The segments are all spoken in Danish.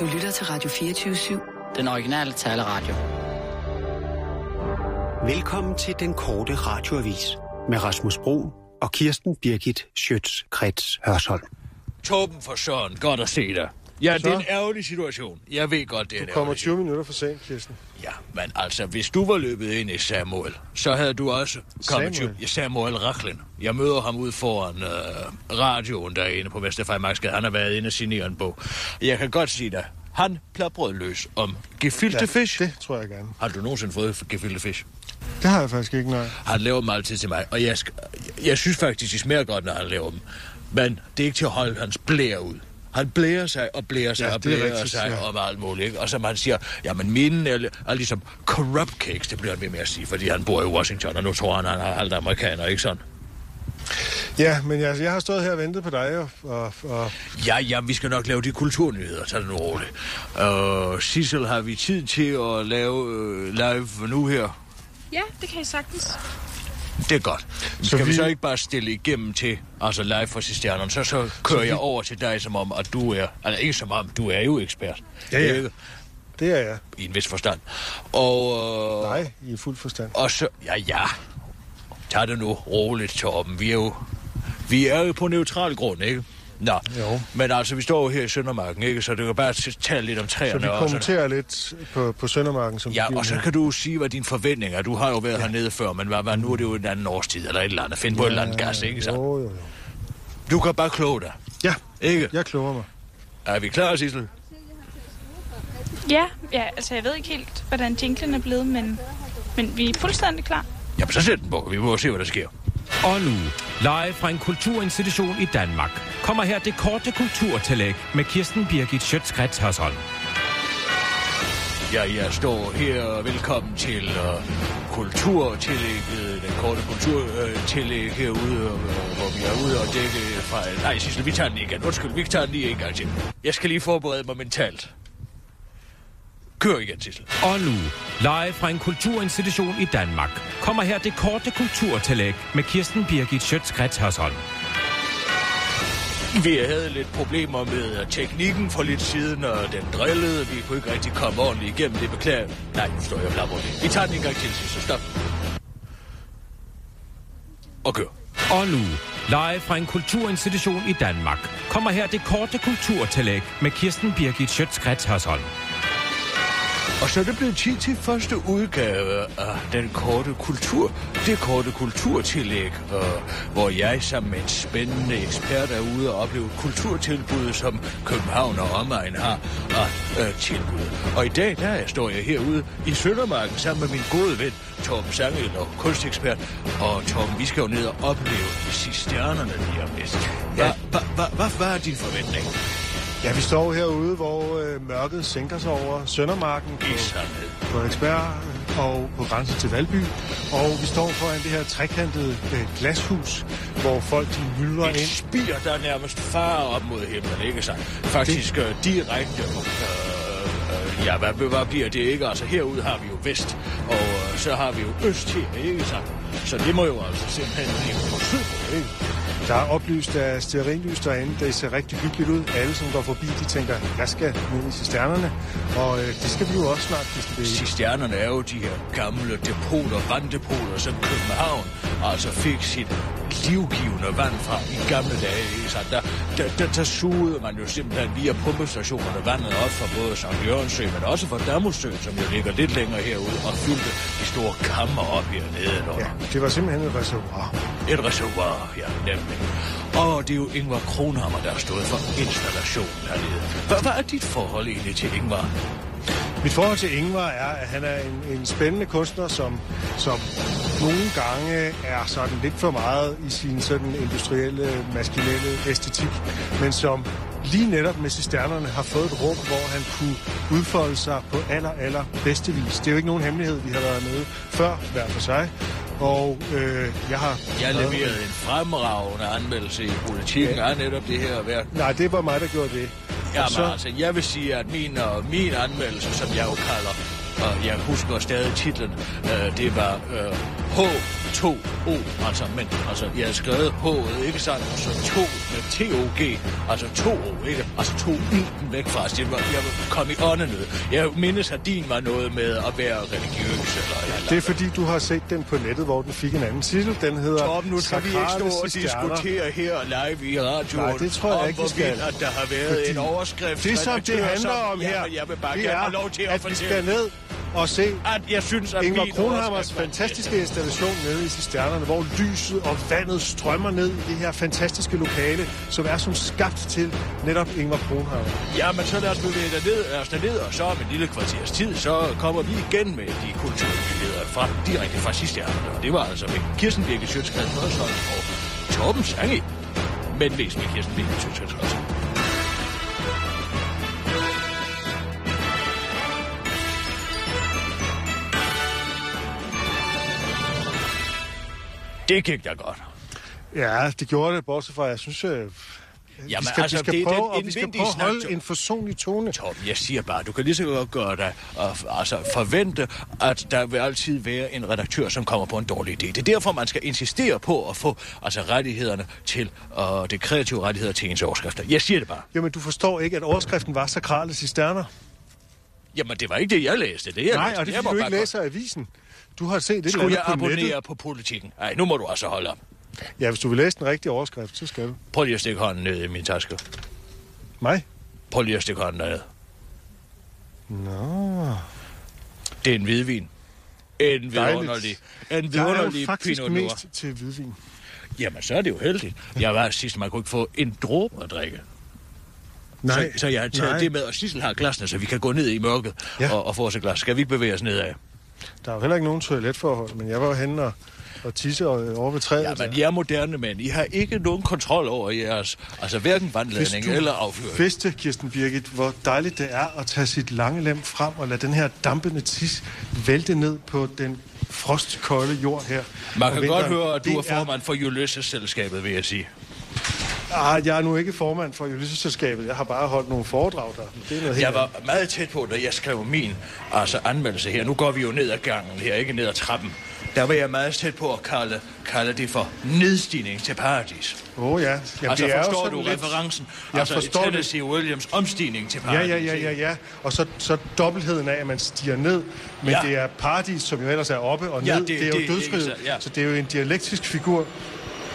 Du lytter til Radio 24-7. Den originale taleradio. Velkommen til den korte radioavis med Rasmus Bro og Kirsten Birgit Schøtz-Krets Hørsholm. Torben for Søren, godt at se dig. Ja, Så? det er en ærgerlig situation. Jeg ved godt, det er en Du kommer ærgerlig 20 minutter for sent, Kirsten. Ja, men altså, hvis du var løbet ind i Samuel, så havde du også kommet til Samuel? ja, Samuel Rachlin. Jeg møder ham ud foran øh, radioen derinde på Vesterfejmarksgade. Han har været inde og signere en bog. Jeg kan godt sige dig, han plabrede løs om gefilte fisk. Det tror jeg gerne. Har du nogensinde fået gefilte fisk? Det har jeg faktisk ikke, nej. Han laver dem altid til mig, og jeg, sk- jeg synes faktisk, de smager godt, når han laver dem. Men det er ikke til at holde hans blære ud. Han blærer sig og blærer sig Ja, ja, og det er blærer rigtigt, sig ja. ja. om alt muligt. Ikke? Og som han siger, jamen mine er, li- er ligesom corrupt cakes, det bliver han ved med at sige, fordi han bor i Washington, og nu tror han, han er halvt amerikaner, ikke sådan? Ja, men jeg, jeg har stået her og ventet på dig, og, og, og Ja, ja, vi skal nok lave de kulturnyheder, tag det nu roligt. Og Sissel, har vi tid til at lave øh, live nu her? Ja, det kan I sagtens. Det er godt. Så skal vi... vi så ikke bare stille igennem til, altså live fra cisternerne, så, så kører så jeg over til dig, som om, at du er, altså ikke som om, du er jo ekspert. Ja, ja. Ikke? det er jeg. I en vis forstand. Og, øh, Nej, i fuld forstand. og så, ja, ja. Tag det nu roligt, Torben. Vi er jo, vi er jo på neutral grund, ikke? Nå, Jo. men altså, vi står jo her i Søndermarken, ikke? Så det kan bare t- tale lidt om træerne. Så vi og sådan- kommenterer lidt på, på Søndermarken, som Ja, begivenhed. og så kan du jo sige, hvad dine forventninger er. Du har jo været ja. hernede før, men hvad, hvad, nu er det jo en anden årstid, eller et eller andet. Find på et eller andet gas, ikke? Så. Jo, jo, jo. Du kan bare kloge dig. Ja, Ikke? jeg kloger mig. Er vi klar, Sissel? Ja, ja, altså jeg ved ikke helt, hvordan jinglen er blevet, men, men vi er fuldstændig klar. Jamen, så sæt den på. Vi må se, hvad der sker. Og nu, live fra en kulturinstitution i Danmark, kommer her det korte kulturtillæg med Kirsten Birgit Schøtzgrads Hørsholm. Ja, jeg står her. og Velkommen til uh, kulturtillægget, den korte kulturtillæg herude, uh, hvor vi er ude og dække fra... Nej, Sissel, vi tager den igen. Undskyld, vi tager den lige en gang til. Jeg skal lige forberede mig mentalt. Kør igen, Sissel. Og nu, live fra en kulturinstitution i Danmark, kommer her det korte kulturtillæg med Kirsten Birgit Schøtzgrads Hørsholm. Vi havde lidt problemer med øh, teknikken for lidt siden, og den drillede. Vi kunne ikke rigtig komme ordentligt igennem det, beklager. Nej, nu står jeg blabber. Vi tager den en gang til, så stop. Og kør. Og nu, live fra en kulturinstitution i Danmark, kommer her det korte kulturtillæg med Kirsten Birgit Schøtzgrads Hørsholm. Og så er det blevet tid til første udgave af den korte kultur, det korte kulturtillæg, øh, hvor jeg sammen med en spændende ekspert er ude og opleve kulturtilbud, som København og omegn har og øh, tilbud. Og i dag, der er- står jeg herude i Søndermarken sammen med min gode ven, Torben Sangel og kunstekspert. Og Torben, vi skal jo ned og opleve cisternerne lige om lidt. Hvad hva, hva, hva, hva er din forventning? Ja, vi står herude, hvor øh, mørket sænker sig over Søndermarken I på, sandhed. på Eksberg og på grænsen til Valby. Og vi står foran det her trekantede øh, glashus, hvor folk de myldrer Et ind. spir, der nærmest farer op mod himlen, ikke så? Faktisk øh, direkte. Øh, øh, ja, hvad, hvad bliver det ikke? Altså herude har vi jo vest, og øh, så har vi jo øst her, ikke så? Så det må jo altså simpelthen blive på syd, ikke? Der er oplyst af stearinlys derinde. Det ser rigtig hyggeligt ud. Alle, som går forbi, de tænker, jeg skal ned i cisternerne. Og øh, det skal vi jo også snart, hvis det er Cisternerne er jo de her gamle depoter, vanddepoter, som København altså fik sit livgivende vand fra i gamle dage. ikke sandt? Der, der, der, der sugede man jo simpelthen via pumpestationerne vandet op fra både St. Jørgensø, men også fra Damosø, som jo ligger lidt længere herude, og fyldte de store kammer op hernede. Når Ja, det var simpelthen et reservoir. et reservoir, ja, nemlig. Og det er jo Ingvar Kronhammer, der har stået for installationen hernede. Hvad, hvad er dit forhold egentlig til Ingvar? Mit forhold til Ingvar er, at han er en, en spændende kunstner, som, som nogle gange er sådan lidt for meget i sin sådan industrielle, maskinelle æstetik, men som lige netop med cisternerne har fået et rum, hvor han kunne udfolde sig på aller, aller bedste vis. Det er jo ikke nogen hemmelighed, vi har været med før, hver for sig. Og øh, jeg har... Jeg leverede en fremragende anmeldelse i politikken af netop det her værk. Nej, det var mig, der gjorde det. Jamen Og så... så- altså, jeg vil sige, at min, og min anmeldelse, som jeg jo kalder, og jeg husker stadig titlen, øh, det var øh, H. to O, altså men, altså jeg har skrevet H'et, ikke sandt, og så to med T-O-G, altså to O, ikke? Altså to I'en væk fra os. Jeg, var- jeg kom i åndenød. Jeg mindes, at din var noget med at være religiøs, eller, eller, Det er fordi, du har set den på nettet, hvor den fik en anden titel. Den hedder Torben, nu skal vi ikke Sakrale stå og Cisterner. diskutere her live i radioen, Nej, det tror jeg om ikke, vi skal. hvorvidt, at der har været Fordi en overskrift. Det, som det redaktør, handler om Ja, her, men jeg vil bare det gerne er, have lov til at, at vi fortælle, skal ned og se at jeg synes, at Ingvar min Kronhammers overskrift var- fantastiske installation nede i cisternerne, hvor lyset og vandet strømmer ned i det her fantastiske lokale, som er som skabt til netop Ingvar Kronhammer. Jamen, så lad os bevæge dig ned, lad os da ned, og så om en lille kvarters tid, så kommer vi igen med de kulturnyheder fra, direkte fra sidste aften. Og det var altså med Kirsten Birke Sjøtskreds Hørsholm og Torben Sange. Men mest med Kirsten Birke Sjøtskreds Hørsholm. Det gik da godt. Ja, det gjorde det, bortset fra, jeg synes, øh, Jamen, vi Jamen, skal, altså, vi skal det er prøve, den og vi skal indvendige prøve at holde snak, en forsonlig tone. Torben, jeg siger bare, du kan lige så godt gøre dig, og, altså forvente, at der vil altid være en redaktør, som kommer på en dårlig idé. Det er derfor, man skal insistere på at få altså, rettighederne til, og det kreative rettigheder til ens overskrifter. Jeg siger det bare. Jamen, du forstår ikke, at overskriften var sakrale cisterner. Jamen, det var ikke det, jeg læste. Det, jeg Nej, læste. og det er jeg fordi, du var ikke bare- læser avisen. Du har set det Skulle jeg på nettet. abonnere på politikken? Nej, nu må du altså holde op. Ja, hvis du vil læse den rigtige overskrift, så skal du. Prøv lige at stikke hånden ned i min taske. Mig? Prøv lige at stikke hånden derned. Nå. Det er en hvidvin. En vidunderlig, en Jeg er jo vidunderlig faktisk Pinot Noir. mest til hvidvin. Jamen, så er det jo heldigt. Jeg var sidst, man kunne ikke få en dråbe at drikke. Nej, Så, så jeg har taget nej. det med, og Sissel har glasene, så vi kan gå ned i mørket ja. Ja. og, og få os et glas. Skal vi ikke bevæge os nedad? Der er jo heller ikke nogen toiletforhold, men jeg var jo henne og, og tisse og, over ved træet. Jamen, der. I er moderne mænd. I har ikke nogen kontrol over jeres, altså hverken vandladning Hvis du eller affyring. Vidste, Kirsten Birgit, hvor dejligt det er at tage sit lange lem frem og lade den her dampende tis vælte ned på den frostkolde jord her. Man om kan godt vinteren. høre, at du er Det formand for Ulysses-selskabet, vil jeg sige. Ah, jeg er nu ikke formand for Ulysses-selskabet. Jeg har bare holdt nogle foredrag der. Men Det er noget helt Jeg var meget tæt på, da jeg skrev min altså anmeldelse her. Nu går vi jo ned ad gangen her, ikke ned ad trappen. Der var jeg meget tæt på at kalde, kalde det for nedstigning til paradis. Åh oh, ja. Jamen, altså det er jo forstår sådan du lidt- referencen? Jeg altså forstår det. Tennessee Williams omstigning til Ja, paradis. ja, ja, ja, ja. Og så, så dobbeltheden af, at man stiger ned. Men Ja. ja. det er paradis, som jo ellers er oppe og ned. Ja, det- det, det er det- jo dødsriget. det- ja. Så det er jo en dialektisk figur,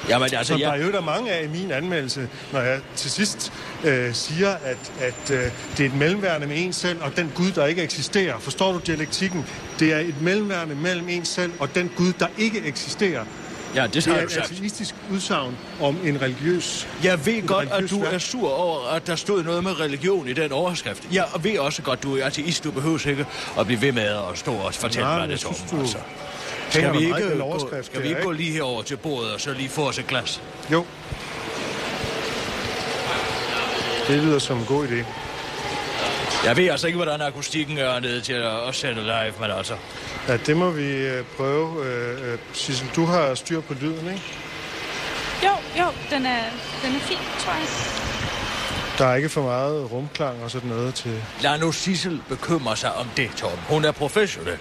Jamen, altså, som jeg, der er jo der er mange af i min anmeldelse, når jeg til sidst øh, siger, at, at øh, det er et mellemværende med en selv og den Gud, der ikke eksisterer. Forstår du dialektikken? Det er et mellemværende mellem en selv og den Gud, der ikke eksisterer. ja, det Det har er jeg jo et sagt. ateistisk udsagn om en religiøs... Jeg ved godt, at religiøs du verden. er sur over, at der stod noget med religion i den overskrift. Jeg ved også godt, du er ateist. Du behøver ikke at blive ved med at stå og fortælle Nej, mig men det, jeg Torben. synes, du altså. hænger Skal vi dig meget i ikke, den gå, overskrift skal vi der, ikke gå ikke? lige herover til bordet og så lige få os et glas? Jo. Det lyder som en god idé. Jeg ved altså ikke, hvordan akustikken er nede til at, at sende live, men altså... Ja, det må vi øh, prøve. Øh, øh, Sissel, du har styr på lyden, ikke? Jo, jo, den er, den er fin, tror jeg. Der er ikke for meget rumklang og sådan noget til... Lad nu Sissel bekymre sig om det, Tom. Hun er professionel.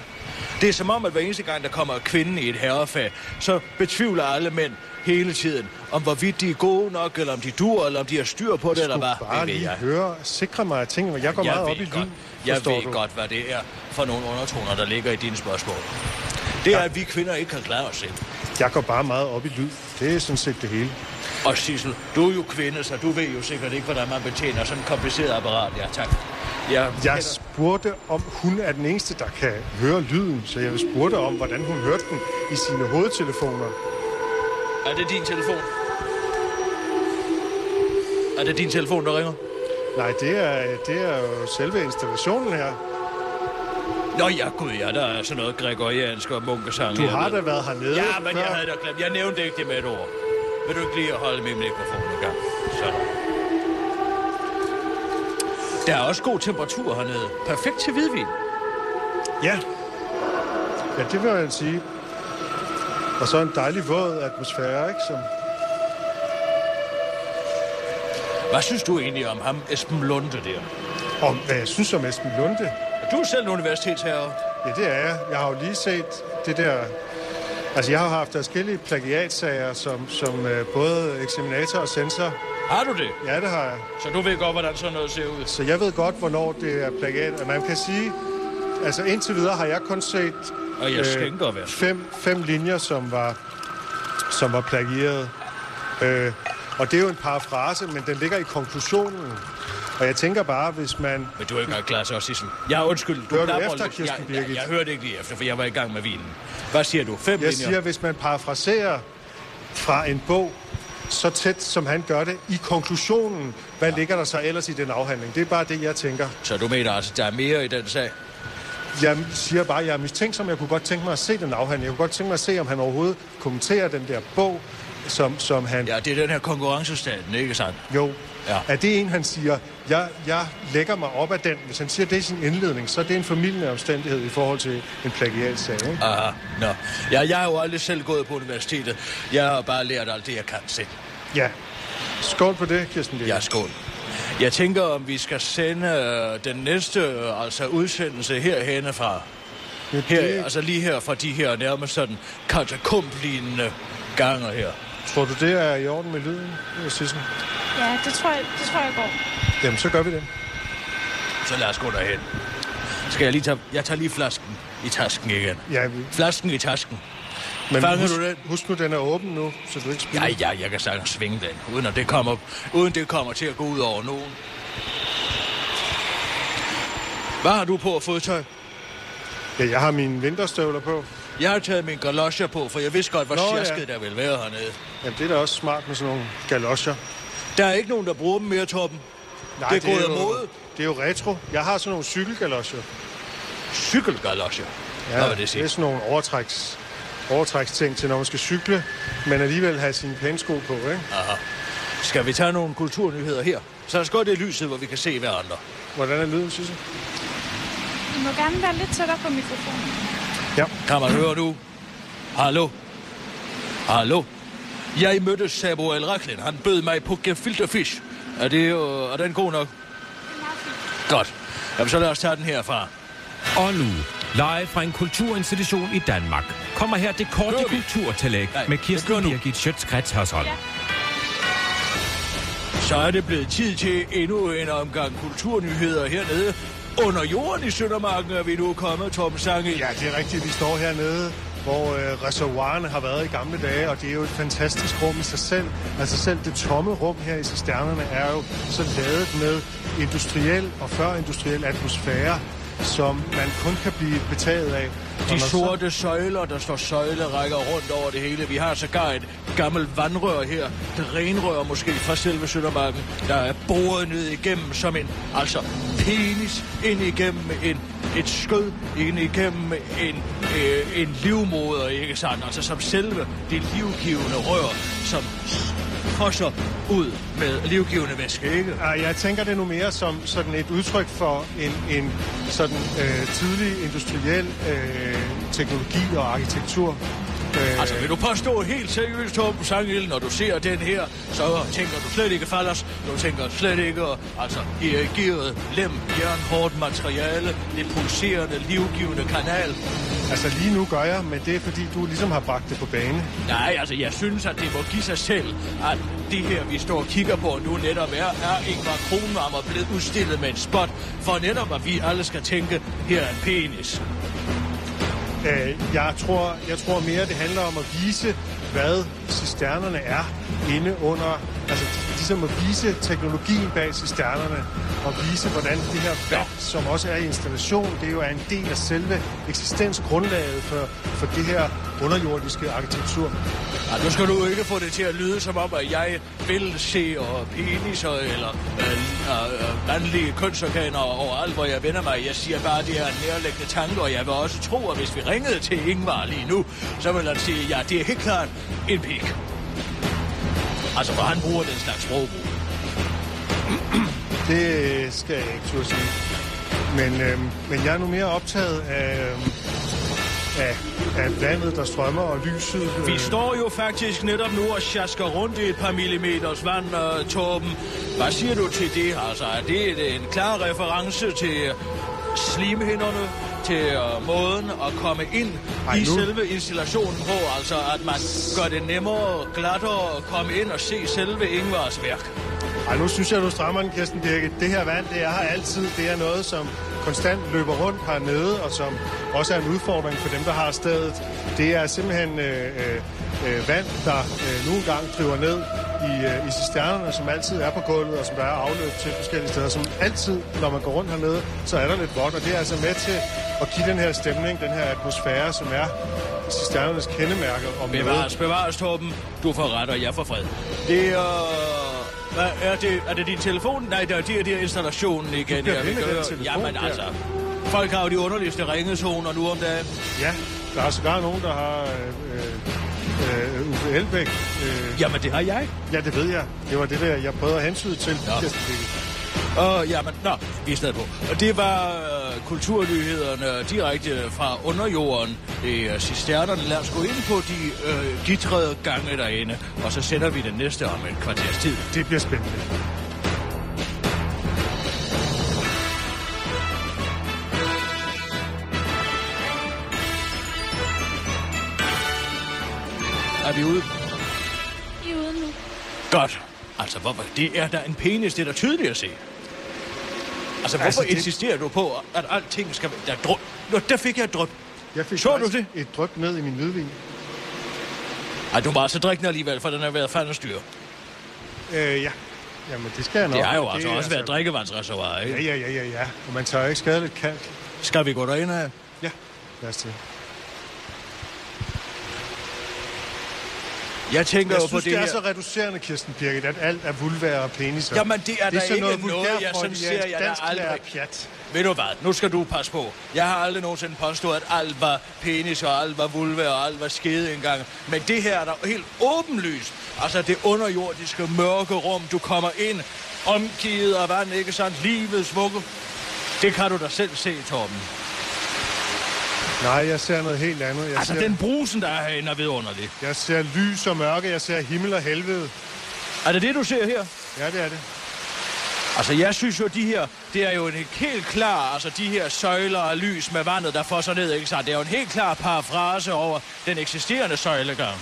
Det er som om, at hver eneste gang, der kommer en kvinde i et herrefag, så betvivler alle mænd hele tiden, om hvorvidt de er gode nok, eller om de dur, eller om de har styr på det, eller skulle hvad. bare Det ved lige jeg. høre, sikre mig af ting, og jeg går meget jeg op i ved, godt, lyd, jeg forstår ved du. godt, hvad det er for nogle undertoner, der ligger i dine spørgsmål. Det er, at vi kvinder ikke kan klare os selv. Jeg går bare meget op i lyd. Det er sådan set det hele. Og Sissel, du er jo kvinde, så du ved jo sikkert ikke, hvordan man betjener sådan et kompliceret apparat. Ja, tak. Jeg, Jeg spurgte, om hun er den eneste, der kan høre lyden, så jeg spurgte om, hvordan hun hørte den i sine hovedtelefoner. Er det din telefon? Er det din telefon, der ringer? Nej, det er, det er jo selve installationen her. Nå ja, gud ja, der er sådan noget gregoriansk og munkesang. Du her har nede. da været hernede Ja, men jeg før. havde da glemt. Jeg nævnte ikke det med et ord. Vil du ikke lige holde min mikrofon i gang? Sådan. Der er også god temperatur hernede. Perfekt til hvidvin. Ja. Ja, det vil jeg sige. Og så en dejlig våd atmosfære, ikke? Som Hvad synes du egentlig om ham, Esben Lunde, der? om, hvad jeg synes om Esben Lunde. Er du selv en universitetsherre? Ja, det er jeg. Jeg har jo lige set det der Altså, jeg har haft forskellige plagiatsager som, som øh, både eksaminator og censor. Har du det? Ja, det har jeg. Så du ved godt, hvordan sådan noget ser ud. Så jeg ved godt, hvornår det er plagiat. Og man kan sige, altså indtil videre har jeg kun set øh, Og jeg skænker, værsgo. fem, fem linjer, som var, som var plagieret. Øh, og det er jo en parafrase, men den ligger i konklusionen. Og jeg tænker bare, hvis man... Men du er ikke engang klar til racisme. Ja, undskyld. Du Hører du knapper efter, lidt. Kirsten jeg, jeg, Birgit? jeg, hørte ikke lige efter, for jeg var i gang med vinen. Hvad siger du? Fem Jeg linjer? siger, hvis man parafraserer fra en bog, så tæt som han gør det, i konklusionen, hvad ligger der så ellers i den afhandling? Det er bare det, jeg tænker. Så du mener altså, der er mere i den sag? Jeg siger bare, at jeg er mistænksom. Jeg kunne godt tænke mig at se den afhandling. Jeg kunne godt tænke mig at se, om han overhovedet kommenterer den der bog, som, som han... Ja. Ja, det er den her konkurrencestaten, ikke sandt? Jo, Ja. ja. er det en, han siger, jeg, jeg lægger mig op af den. Hvis han siger det i sin indledning, så er det en formidlende omstændighed i forhold til en plagiatsag. Ikke? Ah, nå. Ja, jeg har jo aldrig selv gået på universitetet. Jeg har bare lært alt det, jeg kan selv. Ja. Skål på det, Kirsten Lille. Ja, skål. Jeg tænker, om vi skal sende øh, den næste øh, altså udsendelse herhenne fra. Ja, Her, det- Altså lige her fra de her nærmest sådan katakomblignende ganger her. Tror du, det er i orden med lyden, Sissel? Ja, det tror jeg, det tror jeg går. Jamen, så gør vi det. Så lad os gå derhen. Skal jeg lige tage... Jeg tager lige flasken i tasken igen. Ja, vi- Flasken i tasken. men Fanger husk, du den? husk nu, den er åben nu, så du ikke spiller. Ja, ja, jeg kan sagtens svinge den, uden, at det kommer, uden det kommer til at gå ud over nogen. Hvad har du på af fodtøj? ja, jeg har mine vinterstøvler på. Jeg har taget min galosjer på, for jeg vidste godt, hvor Nå, ja. sjasket der ville være hernede. Jamen, det er da også smart med sådan nogle galosjer. Der er ikke nogen, der bruger dem mere, Torben. Nej, Det er gået af mode. Det er jo retro. Jeg har sådan nogle cykelgalosjer. Cykelgalosjer. Ja, Hvad vil det det er sige? sådan nogle overtræks, overtræksting til, når man skal cykle, men alligevel have sine pænsko på, ikke? Skal vi tage nogle kulturnyheder her? Så lad os gå det lyset, hvor vi kan se hver andre. Hvordan er lyden, Sisse? I må gerne være lidt tættere på mikrofonen. Kan man høre nu? Hallo? Hallo? Jeg mødte Samuel Racklin. Han bød mig på gefilte fish. Er, det, øh, er den god nok? Godt. Jamen, så lad os tage den herfra. Og nu, live fra en kulturinstitution i Danmark, kommer her det korte Kører vi? kulturtillæg Nej, med det kører Kirsten nu. Birgit Schøtz-Krets Hørsholm. Ja. Så er det blevet tid til endnu en omgang kulturnyheder hernede. Under jorden i Søndermarken er vi nu kommet, Torben Sange. Ja, det er rigtigt. Vi står hernede, hvor øh, reservoirerne har været i gamle dage, og det er jo et fantastisk rum i sig selv. Altså selv det tomme rum her i cisternerne er jo så ladet med industriel og førindustriel atmosfære, som man kun kan blive betaget af. Og når De så- sorte søjler, der står søjlerækker rundt over det hele. Vi har sågar et gammelt vandrør her. Et renrør måske fra selve Søndermarken, der er boret ned igennem som en, altså penis, ind igennem en, et skød, ind igennem en, øh, en livmoder, ikke sandt? Altså som selve det livgivende rør, som fosser ud med livgivende væske, ikke? Ah, Jeg tænker det nu mere som sådan et udtryk for en, en sådan øh, tidlig industriel øh, teknologi og arkitektur. Øh, Altså, vil du påstå helt seriøst, Torben Sangel, når du ser den her, så tænker du slet ikke falders, du tænker slet ikke, altså, irrigeret, lem, jernhårdt materiale, det pulserende, livgivende kanal. altså lige nu gør jeg, men det er fordi, du ligesom har bragt det på bane. Nej, altså, jeg synes, at det må give sig selv, at det her, vi står og kigger på nu netop er, er Ingvar Kronvarmer blevet udstillet med en spot, for netop, at vi alle skal tænke, her er en penis. Øh, jeg, tror, jeg tror mere, det handler om at vise, hvad cisternerne er inde under... Altså ligesom at vise teknologien bag cisternerne og vise, hvordan det her vand, som også er i installation, det jo er en del af selve eksistensgrundlaget for, for det her underjordiske arkitektur. Ja, nu skal du ikke få det til at lyde som om, at jeg vil se og peniser eller øh, øh, øh, mandlige kønsorganer overalt, hvor jeg vender mig. Jeg siger bare, at det er en nærlæggende tanke, og jeg vil også tro, at hvis vi ringede til Ingvar lige nu, så vil han sige, ja, det er helt klart en pik. Altså, for han bruger den slags sprogbrug. Det øh, skal jeg ikke turde øh, sige. Men, øhm, men jeg er nu mere optaget af, øhm, af af vandet, der strømmer, og lyset... øh, Vi står jo faktisk netop nu og sjasker rundt i et par millimeters vand, uh, Torben. Hvad siger du til det, altså? Er det et- en klar reference til slimhinderne, til uh, måden at komme ind Ej, Ej, i nu- selve installationen på? Altså, at man gør det nemmere og glattere at komme ind og se selve Ingvars værk. Ej, nu synes jeg, du strammer den, Kirsten Birke. Det her vand, det er her altid. Det er noget, som konstant løber rundt hernede, og som også er en udfordring for dem, der har stedet. Det er simpelthen øh, øh, øh, vand, der øh, nogle gange driver ned i, øh, i cisternerne, som altid er på gulvet, og som der er afløb til forskellige steder. Som altid, når man går rundt hernede, så er der lidt vådt, og det er altså med til at give den her stemning, den her atmosfære, som er cisternernes kendemærke om noget. Bevares, bevares, Torben. Du får ret, og jeg får fred. Det er... Hvad er det? Er det din telefon? Nej, det er, det er, det er installationen igen. bliver her, ved med kan den høre. telefon Jamen der. altså... Folk har jo de underligste ringezoner nu om dagen. Ja, der er sågar nogen, der har øh, øh, øh, Uffe Elbæk. Øh, Jamen, det har jeg. ja, det ved jeg. Det var det der, jeg prøvede at hensyde til. Nå. Og jamen, nå, vi er stadig på. Og det var øh, kulturnyhederne direkte fra underjorden. Det er øh, cisternerne. Lad os gå ind på de øh, gitrede gange derinde, og så sender vi den næste om et kvarters tid. Det bliver spændende. Er vi ude? I er ude nu. Godt. Altså, hvorfor? Det er da en penis, det er da tydeligt at se. Altså, hvorfor Altså, altså, det- det... insisterer du på, at alting skal være... Der, er dryp... Nå, der fik jeg et dryp. Jeg fik Så du faktisk et dryp ned i min hvidvin. Ej, du må altså drikke den alligevel, for den har været fandens dyr. Øh, ja. Jamen, det skal jeg nok. det har jo altså også været drik. drikkevandsreservoir, ikke? Ja, ja, ja, ja, ja. Og man tager ikke skadeligt kaldt. Skal vi gå derind af? Ja, lad os til. Jeg tænker Jeg jo synes, på det, det, er her. så reducerende, Kirsten Birgit, at alt er vulvær og peniser. Jamen, det er da sådan ikke noget, jeg sådan vulgærfreudiansk ser, jeg da dansklærer aldrig. pjat. Ved du hvad, nu skal du passe på. Jeg har aldrig nogensinde påstået, at alt var penis, og alt var vulva, og alt var skede engang. Men det her er da helt åbenlyst. Altså det underjordiske mørke rum, du kommer ind, omgivet af vand, ikke sandt? Livets vugge. Det kan du da selv se, Torben. Nej, jeg ser noget helt andet. Jeg, Altså ser, den brusen, der er herinde, er vidunderlig. jeg ser lys og mørke, jeg ser himmel og helvede. Er det det, du ser her? Ja, det er det. Altså, jeg synes jo, de her, det er jo en helt klar, altså de her søjler af lys med vandet, der får sig ned, ikke sandt? Det er jo en helt klar parafrase over den eksisterende søjlegang.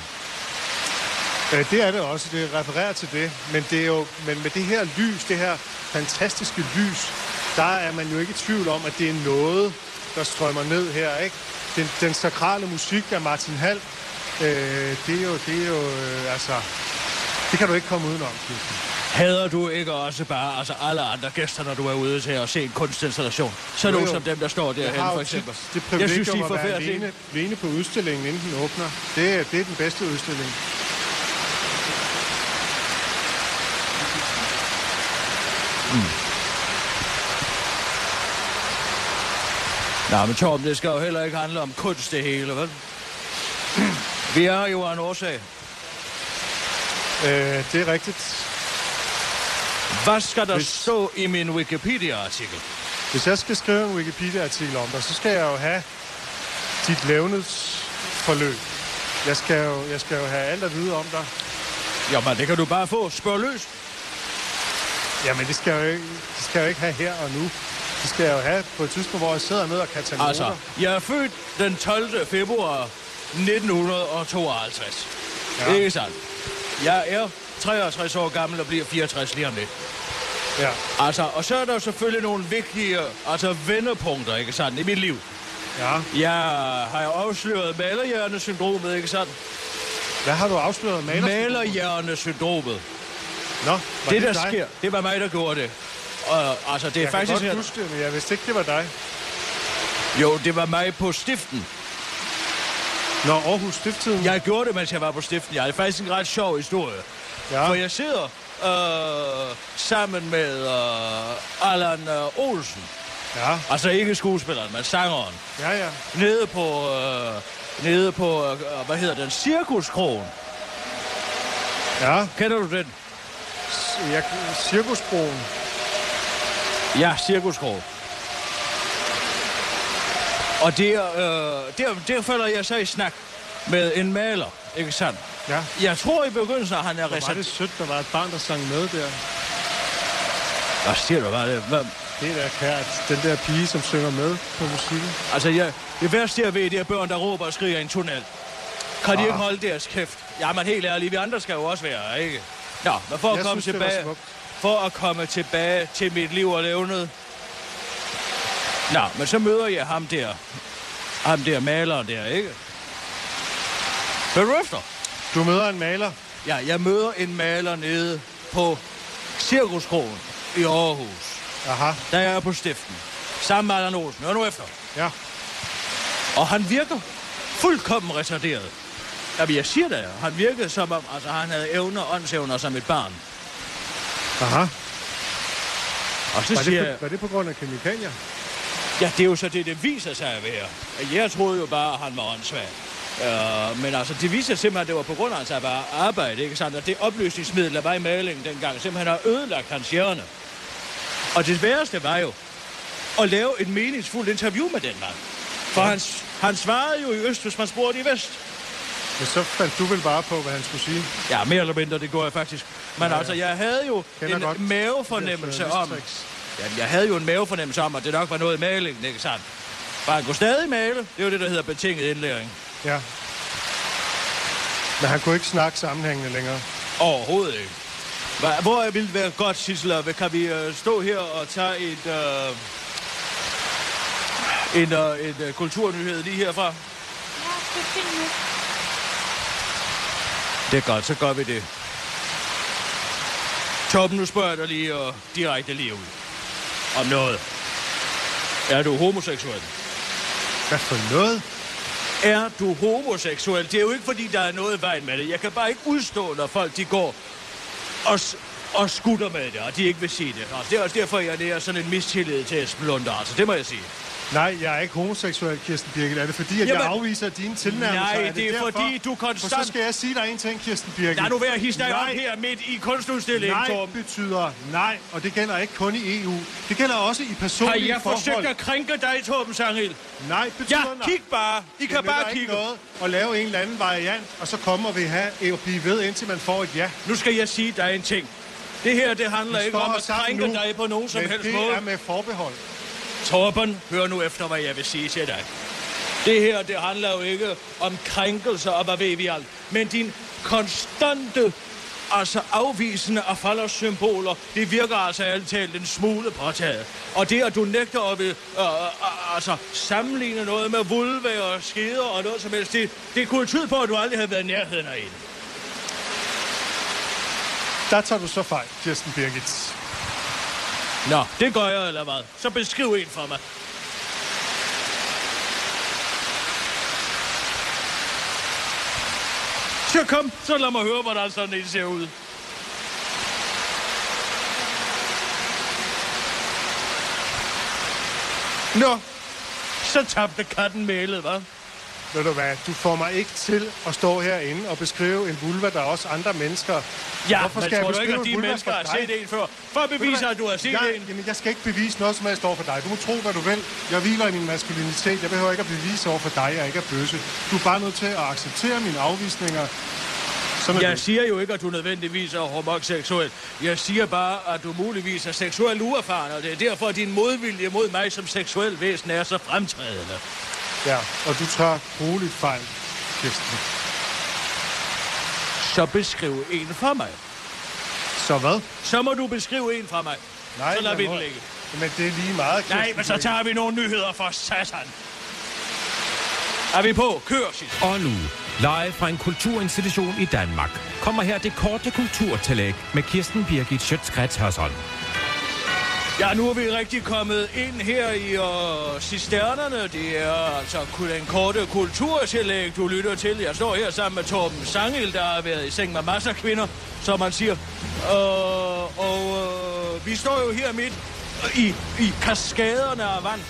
Ja, Øh, det er det også. Det refererer til det. Men, det er jo, men med det her lys, det her fantastiske lys, der er man jo ikke i tvivl om, at det er noget, der strømmer ned her. Ikke? Den, den sakrale musik af Martin Hall, øh, det er jo, det er jo øh, altså, det kan du ikke komme udenom. Kirsten. Hader du ikke også bare altså alle andre gæster, når du er ude til at se en kunstinstallation? Så er Jo, du jo. som dem, der står derhen, har jo for tit eksempel. Det jeg synes, de privilegium er at være forfærdelige. alene, alene på udstillingen, inden den åbner. Det, er- det er den bedste udstilling. Nej, men Torben, det skal jo heller ikke handle om kunst det hele, vel? Vi er jo af en årsag. Øh, det er rigtigt. Hvad skal der Hvis- stå i min Wikipedia-artikel? Hvis jeg skal skrive en Wikipedia-artikel om dig, så skal jeg jo have dit levnets forløb. Jeg skal, jo, jeg skal jo have alt at vide om dig. Jamen, det kan du bare få. Spørg løs. Jamen, det skal jeg jo ikke, det skal jeg jo ikke have her og nu. Det skal jeg jo have på et tidspunkt, hvor jeg sidder ned og kan tage altså. Altså, noter. jeg er født den 12. februar 1952. Ja. Ikke sandt? Jeg er 63 år gammel og bliver 64 lige om lidt. Ja. Altså, og så er der jo selvfølgelig nogle vigtige altså, vendepunkter, ikke sandt, i mit liv. ja. Jeg har jo afsløret malerhjernesyndromet, ikke sandt? Hvad har du afsløret maler? Malerhjernesyndromet. Nå, var Det, der dig? sker, det var mig, der gjorde det. Og, altså, det er Jeg kan faktisk... godt huske det, men jeg vidste ikke, det var dig. Jo, det var mig på stiften. Nå, Aarhus Stifttiden. Jeg gjorde det, mens jeg var på stiften. Ja, det er faktisk en ret sjov historie. Ja. For jeg sidder øh, sammen med øh, Allan øh, Olsen. ja. Altså ikke skuespilleren, men sangeren. Ja, ja. Nede på, øh, nede på øh, hvad hedder den, Cirkuskrogen. Ja, Kender du den? jeg, cirkusbroen. Ja, Cirkuskrogen. Og der, øh, der, der falder jeg så i snak med en maler, ikke sandt? Ja. Jeg tror i begyndelsen, at han er Hvor var det reserveret. sødt, der var et barn, der sang med der. Hvad siger du? Hvad, er det? hvad, Det er da kært. Den der pige, som synger med på musikken. Altså, jeg, det værste, jeg ved, det er børn, der råber og skriger i en tunnel. Kan de ikke holde deres kæft? Jamen, helt ærligt, vi andre skal jo også være her, ikke? Nå, men for at, Jeg komme synes, det var tilbage, smukt. for at komme tilbage til mit liv og levnet. Nå, men så møder jeg ham der. Ham der maler der, ikke? Hører du efter? Du møder en maler. Ja, jeg møder en maler nede på Cirkuskrogen i Aarhus. Aha, Der er jeg på stiften. Sammen med Allan Olsen. Hør nu efter. ja. Og han virker fuldkommen retarderet. Jamen, jeg siger det. Han virkede som om, altså, han havde evner, åndsevner som et barn. Aha. Og så Var det, siger jeg, på, var det på grund af kemikalier? ja, det er jo så det, det viser sig at være. Jeg troede jo bare, at han var åndssvag. Uh, men altså, det viser simpelthen, at det var på grund af hans arbejde- arbejde, ikke sandt? Og det opløsningsmiddel, der var i malingen dengang, simpelthen har ødelagt hans hjerne. Og det værste var jo at lave et meningsfuldt interview med den mand. For han, han svarede jo i øst, hvis man spurgte i vest. Men så fandt du vel bare på, hvad han skulle sige. Ja, mere eller mindre, det går jeg faktisk. Men ja, altså, jeg havde jo Kender en godt. mavefornemmelse Det er om... journalisttricks. Jamen, jeg havde jo en mavefornemmelse om, at det nok var noget i malingen, ikke sandt? Bare han kunne stadig male. Det er jo det, der hedder betinget indlæring. Ja. Men han kunne ikke snakke sammenhængende længere. Overhovedet ikke. Hva- Hvor jeg ville være godt, Sissela, hvad- kan vi øh, stå her og tage et, øh, en, øh, en øh, kulturnyhed lige herfra? Ja, det er fint nu. Det er godt, så gør vi det. Torben, nu spørger jeg dig lige og direkte lige ud. Om noget. Er du homoseksuel? Hvad for noget? Er du homoseksuel? Det er jo ikke, fordi der er noget i vejen med det. Jeg kan bare ikke udstå, når folk de går og, s- og skutter med det, og de ikke vil sige det. Og det er også derfor, jeg nærer sådan en mistillid til Esben Lunde, altså. Det må jeg sige. Nej, jeg er ikke homoseksuel, Kirsten Birgit. Er det fordi, at Jamen, Jamen- jeg afviser dine tilnærmelser? Nej, er det er derfor? fordi, du konstant- For så skal jeg sige dig en ting, Kirsten Birgit. Lad nu være hisse dig op Nej. her midt i kunstudstillingen, Nej Torben. betyder nej, og det gælder ikke kun i EU. Det gælder også i Har personlige jeg forhold. forsøgt at krænke dig, Torben Sangel? Nej Ja, betyder nej. kig bare. I Det kan nytter bare ikke kigge. noget at lave en eller anden variant, og så kommer vi her og blive ved, indtil man får et ja. Nu skal jeg sige dig en ting. Det her, det handler Vi ikke står om her at sammen krænke nu, dig på nogen som men helst det måde. er med forbehold. Torben, hør nu efter, hvad jeg vil sige til dig. Det her, det handler jo ikke om krænkelser og hvad ved vi alt, men din konstante, altså afvisende og falders symboler, det virker altså alt talt en smule påtaget. Og det, at du nægter at vil, øh, øh, altså, sammenligne noget med vulve og skeder og noget som helst, det, det kunne tyde på, at du aldrig havde været i nærheden af en. Der tager du så fejl, Kirsten Birgit. Nå, det gør jeg, eller hvad? Så beskriv en for mig. Så kom, så lad mig høre, hvordan sådan en ser ud. Nå, Så tabte katten mælet, hva'? ved du hvad, du får mig ikke til at stå herinde og beskrive en vulva, der er også andre mennesker. Ja, Hvorfor Hvorfor skal skal jeg men tror du ikke, beskrive at de vulva mennesker for har dig? set en før? For at Ved bevise, hvad? at du har set jeg, en. Jamen, jeg skal ikke bevise noget, som jeg står for dig. Du må tro, hvad du vil. Jeg hviler i min maskulinitet. Jeg behøver ikke at bevise over for dig, at jeg ikke er bøsse. Du er bare nødt til at acceptere mine afvisninger. Sådan er Jeg det. siger jo ikke, at du nødvendigvis er homoseksuel. Jeg siger bare, at du muligvis er seksuel uerfaren, og det er derfor, at din modvilje mod mig som seksuel væsen er så fremtrædende. Ja, og du tager roligt fejl, Kirsten. Så beskriv en for mig. Så hvad? Så må du beskrive en fra mig. så lader men vi den hvor- ligge. Men det er lige meget, Kirsten. Nej, men så tager vi nogle nyheder for satan. Er vi på? Kør, Sis. Og nu, live fra en kulturinstitution i Danmark, kommer her det korte kulturtillæg med Kirsten Birgit Schøtzgrads Hørsholm. Ja, nu er vi rigtig kommet ind her i øh, cisternerne. Det er altså kun den korte kulturtillæg, du lytter til. Jeg står her sammen med Torben Sangel, der har været i seng med masser af kvinder, som man siger. Øh, og øh, vi står jo her midt i, i kaskaderne af vand,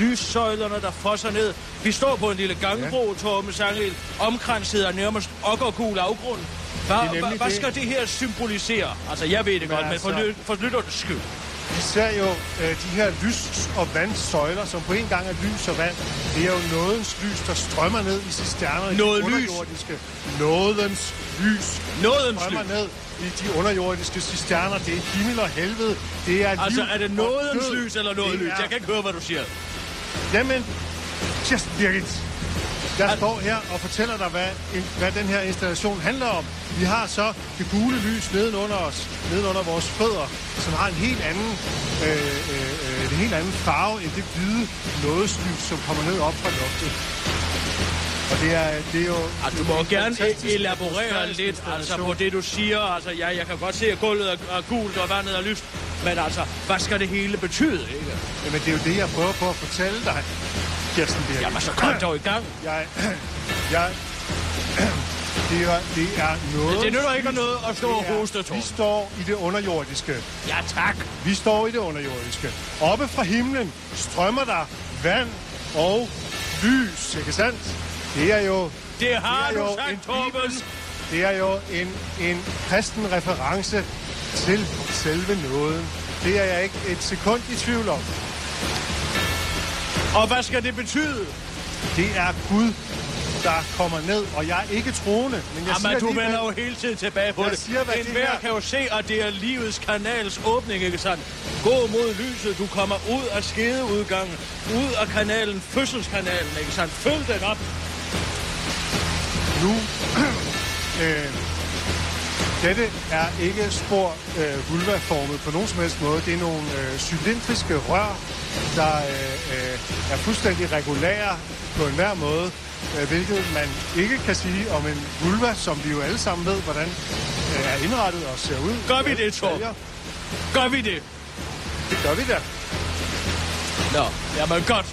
lyssøjlerne, der fosser ned. Vi står på en lille gangbro, ja. Torben Sangel, omkranset af nærmest okkergul afgrund. Hvad, nemlig hvad, hvad det. skal det her symbolisere? Altså, jeg ved det godt, men for, altså- lyt- for lytternes skyld. Vi ser jo øh, de her lys- og vandsøjler, som på en gang er lys og vand. Det er jo nådens lys, der strømmer ned i cisterner. i de Noget lys. underjordiske. Nådens lys. Nådens strømmer lys. ned i de underjordiske cisterner. Det er himmel og helvede. Det er Altså, liv er det og nådens død. lys eller noget Det lys? er- Jeg kan ikke høre, hvad du siger. Jamen, just Birgit. Jeg står her og fortæller dig, hvad, hvad den her installation handler om. Vi har så det gule lys nedenunder os, nedenunder vores fødder, som har en helt anden, øh, øh, øh, en helt anden farve end det hvide nådeslys, som kommer ned op fra loftet. Og det er, det er jo... Altså, du må jo gerne elaborere lidt altså, på det, du siger. Altså, ja, jeg kan godt se, at gulvet er, er gult og vandet er lyst. Men altså, hvad skal det hele betyde, ikke? Men det er jo det, jeg prøver på at fortælle dig, Kirsten Birgit. Jamen, så kom dog i gang. Jeg... jeg det er, det er noget... Det nytter ikke noget at stå og Det er- hoste, Thor. Vi står i det underjordiske. Ja, tak. Vi står i det underjordiske. Oppe fra himlen strømmer der vand og lys, ikke sandt? Det er jo... Det har det er du jo en sagt, Torben. bibelsk- Det er jo en, en kristen reference til selve nåden. Det er jeg ikke et sekund i tvivl om. Og hvad skal det betyde? Det er Gud, der kommer ned, og jeg er ikke troende, men jeg siger Jamen, du alligevel- vender jo hele tiden tilbage på Jeg det. siger, hvad det en hver her- kan jo se, at det er livets kanals åbning, ikke sandt? Gå mod lyset, du kommer ud af skedeudgangen, ud af kanalen, fødselskanalen, ikke sandt? Følg den op. nu. øh, dette er ikke spor øh, vulvaformet på nogen som helst måde. Det er nogle øh, cylindriske rør, der øh, øh, er fuldstændig regulære på enhver måde, øh, hvilket man ikke kan sige om en vulva, som vi jo alle sammen ved, hvordan øh, er indrettet og ser ud. Gør vi det, Torben? Gør vi det? Det gør vi da. Nå, jamen godt.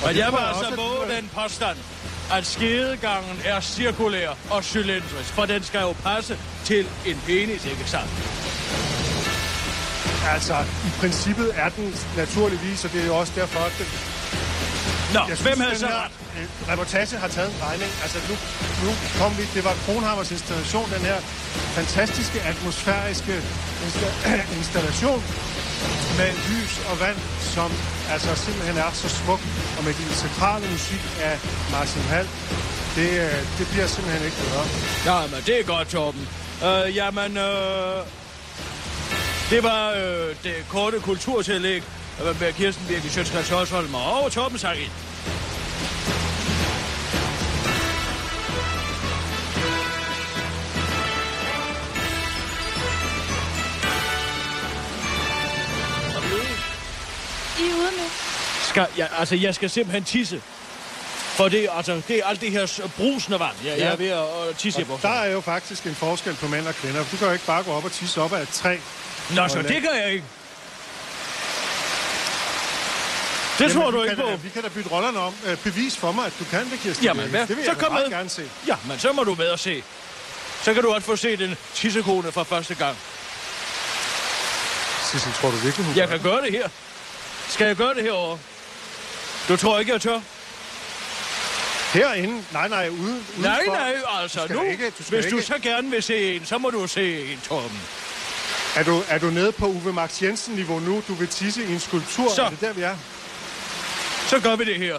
Men det jeg vil tror jeg altså også, at du våge er- den påstand, at skedegangen er cirkulær og cylindrisk, for den skal jo passe til en penis, ikke sandt? Altså, i princippet er den naturligvis, og det er jo også derfor, at den Nå, hvem Jeg synes, havde den så her ret? øh, reportage har taget en regning. Altså, nu, nu kom vi... Det var Kronhammers installation, den her fantastiske atmosfæriske insta- installation med lys og vand, som altså simpelthen er så smuk, og med den centrale musik af Martin Hall. Det, øh, det bliver simpelthen ikke bedre. Jamen, det er godt, Torben. Øh, jamen, øh, det var øh, det korte kulturtillæg øh, med Kirsten Birke Sjøtskrets Hørsholm og Torben Sarin. I er ude nu. Skal, ja, altså, jeg skal simpelthen tisse. For det, altså, det er alt det her s- brusende vand. Jeg, ja. jeg er ved at, at tisse i Og der bukserne. er jo faktisk en forskel på mænd og kvinder. Du kan jo ikke bare gå op og tisse op af et træ. Nå, så Hvordan? det kan jeg ikke. Det Jamen, tror Jamen, du vi ikke kan på. Da, vi kan da bytte rollerne om. Øh, Bevis for mig, at du kan det, Kirsten. Jamen, Birgit. hvad? Det vil Så jeg da kom meget med. gerne se. Ja, men så må du med og se. Så kan du også få set en tissekone for første gang. Sissel, tror du virkelig, hun Jeg kan gøre det her. Skal jeg gøre det herovre? Du tror ikke, jeg tør? Herinde? Nej, nej, ude. udenfor. Nej, nej, altså Du skal nu. ikke- du skal hvis du ikke. så gerne vil se en, så må du se en, Torben. Er du, er du nede på Uwe Max Jensen-niveau nu? Du vil tisse i en skulptur? Så. Er det der, vi er? Så gør vi det her.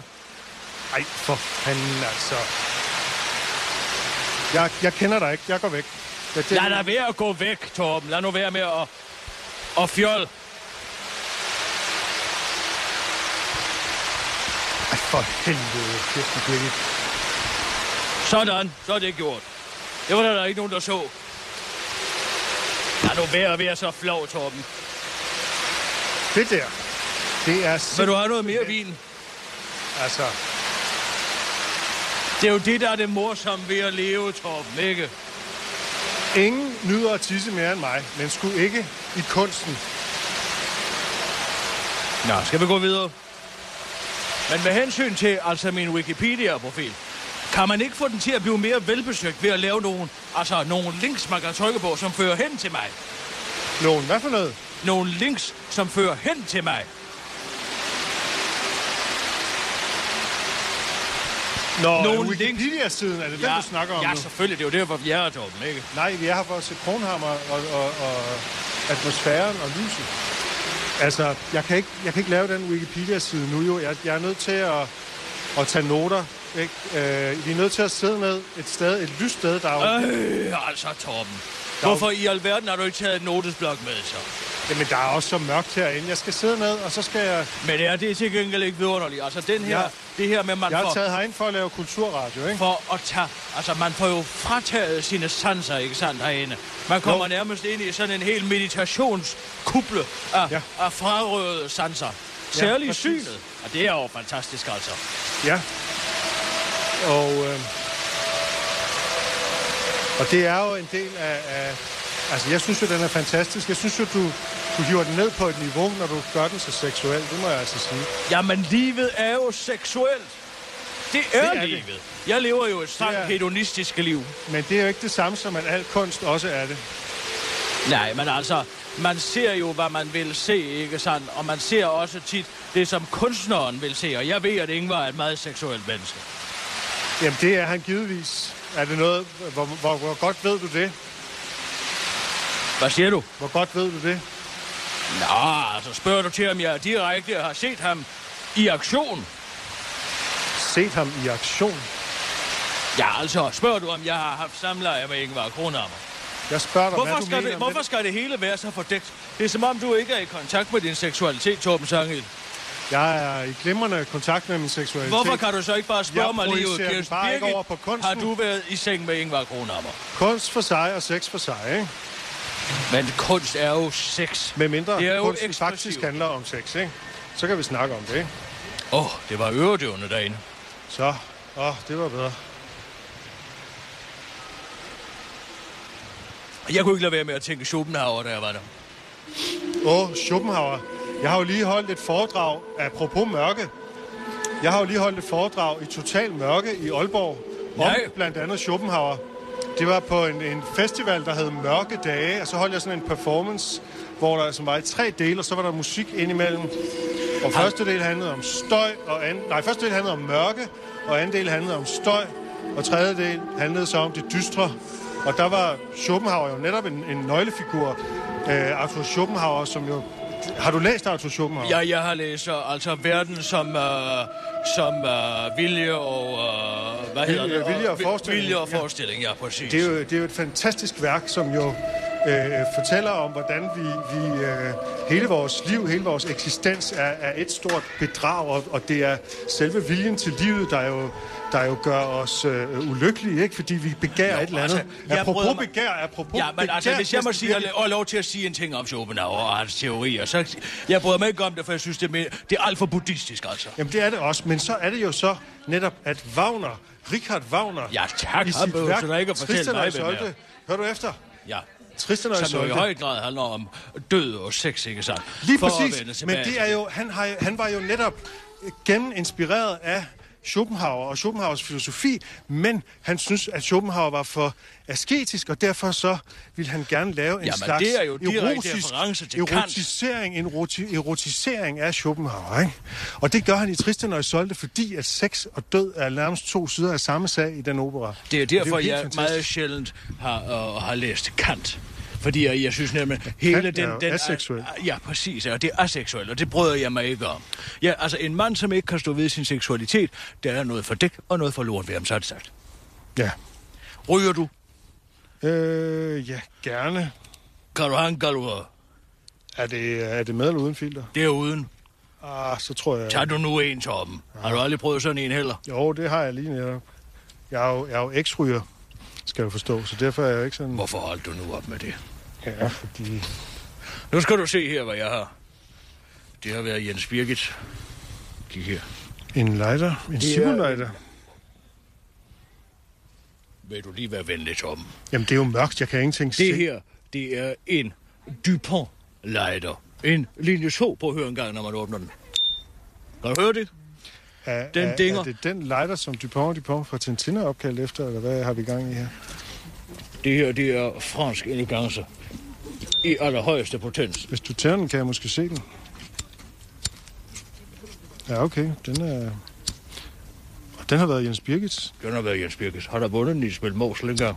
Ej, for fanden altså. Jeg, jeg kender dig ikke. Jeg går væk. Jeg, det, Lad dig være at gå væk, Torben. Lad nu være med at, at fjol. Ej, for helvede, Kirsten Birgit. Sådan, så er det gjort. Det var der, der ikke nogen, der så. Lad nu være at være så flov, Torben. Det der, det er Vil du simpelthen... have noget mere vin? Altså, Det er jo det, der er det morsomme ved at leve, Torben, ikke? ingen nyder at tisse mere end mig, men skulle ikke i kunsten. Nå, skal vi gå videre? Men med hensyn til altså min Wikipedia-profil, kan man ikke få den til at blive mere velbesøgt ved at lave nogle, altså nogle links, man kan trykke på, som fører hen til mig? Nogen, hvad for noget? Nogle links, som fører hen til mig? Nå, Nogen Wikipedia-siden, er det den, du snakker om ja nu? selvfølgelig. Det er jo derfor, vi er her, Torben, ikke? Nej, vi er her for at se Kronhammer og, og, og atmosfæren og lyset. Altså, jeg kan ikke, jeg kan ikke lave den Wikipedia-side nu jo. Jeg, jeg er nødt til at, at tage noter. Ikke? Øh, vi er nødt til at sidde ned et sted, et lyst sted, der er jo, Øh, altså Torben. Hvorfor i alverden har du ikke taget en notesblok med, så? jamen, der er også så mørkt herinde. Jeg skal sidde ned, og så skal jeg... Men er det til gengæld ikke vidunderligt? Altså den her, Ja. det her med, man Jeg får, er taget herind for at lave kulturradio, ikke? for at tage... Altså man får jo frataget sine sanser, ikke sandt, herinde? Man kommer nærmest ind i sådan en hel meditationskuble af, Ja. ja. af frarøvede sanser. Særligt præcis. synet. Og det er jo fantastisk, altså. Ja. Og, øh, og det er jo en del af, af... Altså, jeg synes jo, den er fantastisk. Jeg synes jo, du, du hiver den ned på et niveau, når du gør den så seksuel. Det må jeg altså sige. Jamen, livet er jo seksuelt. Det er, Det er det det. er livet. Jeg lever jo et strengt Det er- hedonistisk liv. Men det er jo ikke det samme som, at al kunst også er det. Nej, men altså, man ser jo, hvad man vil se, ikke sandt? Og man ser også tit det, som kunstneren vil se. Og jeg ved, at Ingvar er et meget seksuelt menneske. Jamen, det er han givetvis. Er det noget... Hvor, hvor, hvor godt ved du det? Hvad siger du? Hvor godt ved du det? Nå, altså spørger du til, om jeg direkte har set ham i aktion? Set ham i aktion. Ja, altså, spørger du, om jeg har haft samleje med Ingvar Kronhammer? Jeg spørger dig, Hvorfor hvad du skal, mener det, om hvorfor det. skal det hele være så fordækt? Det er som om, du ikke er i kontakt med din seksualitet, Torben Sangel. Jeg er i glimrende kontakt med min seksualitet. Hvorfor kan du så ikke bare spørge Jeg mig lige ud, projicerer den Kirsten bare ikke Birgit, over på kunsten. har du været i seng med Ingvar Kronhammer? Kunst for sig og sex for sig, ikke? Men kunst er jo sex. Med mindre Det er jo kunsten ekspressivt. faktisk handler om sex, ikke? Så kan vi snakke om det, ikke? Åh, oh, det var øredøvende derinde. Så, åh, oh, det var bedre. Jeg kunne ikke lade være med at tænke Schopenhauer, da jeg var der. Åh, oh, Schopenhauer. Jeg har jo lige holdt et foredrag, apropos mørke. Jeg har jo lige holdt et foredrag i total mørke i Aalborg. Om Nej. blandt andet Schopenhauer. Det var på en, en festival, der hed Mørke Dage, og så holdt jeg sådan en performance, hvor der som var i tre dele, og så var der musik indimellem. Og første del handlede om støj, og anden, nej, første del handlede om mørke, og anden del handlede om støj, og tredje del handlede så om det dystre. Og der var Schopenhauer jo netop en, en nøglefigur. Øh, Arthur Schopenhauer, som jo... Har du læst Arthur Schopenhauer? Jeg, jeg har læst øh, altså verden som, øh, som øh, vilje og... Øh, hvad Vilje- hedder det? vilje og Vi- forestilling. Vilje og Ja. forestilling, ja, præcis. Det er, jo, det er jo et fantastisk værk, som jo øh, fortæller om, hvordan vi, vi øh, hele vores liv, hele vores eksistens er, er et stort bedrag, og, og det er selve viljen til livet, der jo, der jo gør os øh, ulykkelige, ikke? fordi vi begærer jo, et eller altså, andet. jeg Altså, apropos bryder mig... mig- begær, apropos Ja, men begær, altså, hvis jeg må Kirsten sige, Birgit- og lov til at sige en ting om Schopenhauer og hans teorier, så jeg bryder mig ikke om det, for jeg synes, det er, mere, det er alt for buddhistisk, altså. Jamen det er det også, men så er det jo så netop, at Wagner, Richard Wagner, Ja, tak. i Han sit behøver værk, så da ikke at fortælle Tristan og mig, hvem Isolde, jeg hør du efter, Ja. Tristan og som jo i Isolde, høj grad handler om død og sex, ikke sandt? Lige For at vende præcis, men tilbage det til er jo, han, har, han var jo netop øh, geninspireret af Schopenhauer og Schopenhauers filosofi, men han synes, at Schopenhauer var for asketisk, og derfor så ville han gerne lave en Jamen, slags det er jo direkte reference til Kant. erotisering, en eroti- erotisering af Schopenhauer. Ikke? Og det gør han i Tristan og Isolde, fordi at sex og død er nærmest to sider af samme sag i den opera. Det er jo derfor, det helt er jeg fantastisk. meget sjældent har, øh, har læst Kant. Fordi jeg, jeg synes nemlig, at hele Kant er den... jo den aseksuel. ja, præcis. Og det er aseksuelt, og det bryder jeg mig ikke om. Ja, altså, en mand, som ikke kan stå ved sin seksualitet, der er noget for dæk og noget for lort ved ham, så er det sagt. Ja. Ryger du? Øh, ja, gerne. Kan du have en galvor? Er det, er det med eller uden filter? Det er uden. Ah, så tror jeg... Tag du nu en, Torben. Har du aldrig prøvet sådan en heller? Jo, det har jeg lige netop. Jeg er jo, jeg er jo eksryger, skal du forstå, så derfor er jeg jo ikke sådan... Hvorfor holdt du nu op med det? Ja, fordi... Nu skal du se her, hvad jeg har. Det har været Jens Birgit. Kig her. En lighter, en simullighter. Vil du lige være venlig, Torben? Jamen, det er jo mørkt, jeg kan ingenting se. Det her, det er en Dupont lighter. En linje 2 på at høre en gang, når man åbner den. Kan du høre det? er, den er, dinger. Er det den lighter, som Dupont Dupont fra Tintin er opkaldt efter, eller hvad har vi gang i her? Det her, det er fransk elegance. I allerhøjeste potens. Hvis du tænder den, kan jeg måske se den. Ja, okay. Den er... Og den har været Jens Birgits. Den har været Jens Birkes. Har der vundet Nils Møl Mosel engang?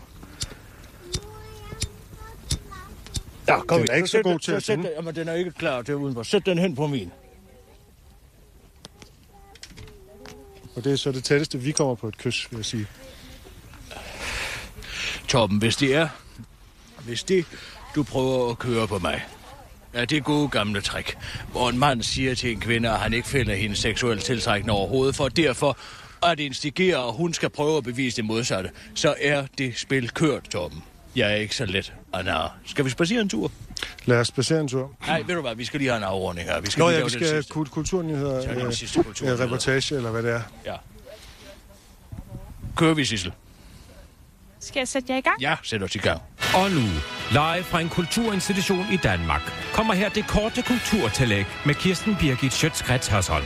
Ja, kom Den er ind. ikke så sæt god den- til sæt at synge. den- Jamen, den er ikke klar til udenfor. Sæt den hen på min. Og det er så det tætteste, vi kommer på et kys, vil jeg sige. Torben, hvis det er... Hvis det, du prøver at køre på mig, er det gode gamle trick, hvor en mand siger til en kvinde, at han ikke finder hende seksuelt tiltrækkende overhovedet, for derfor at instigere, og hun skal prøve at bevise det modsatte, så er det spil kørt, Torben. Jeg er ikke så let at narre. Skal vi spacere en tur? Lad os spacere en tur. Nej, ved du hvad, vi skal lige have en afordning her. Vi skal Nå lige ja, lave vi den skal sidste. kult- kulturnyheder, Ja, den sidste øh, kulturnyheder. øh, reportage eller hvad det er. Ja. Kører vi, Sissel? Skal jeg sætte jer i gang? Ja, sæt os i gang. Og nu, live fra en kulturinstitution i Danmark, kommer her det korte kulturtillæg med Kirsten Birgit Schøtzgrads Hørsholm.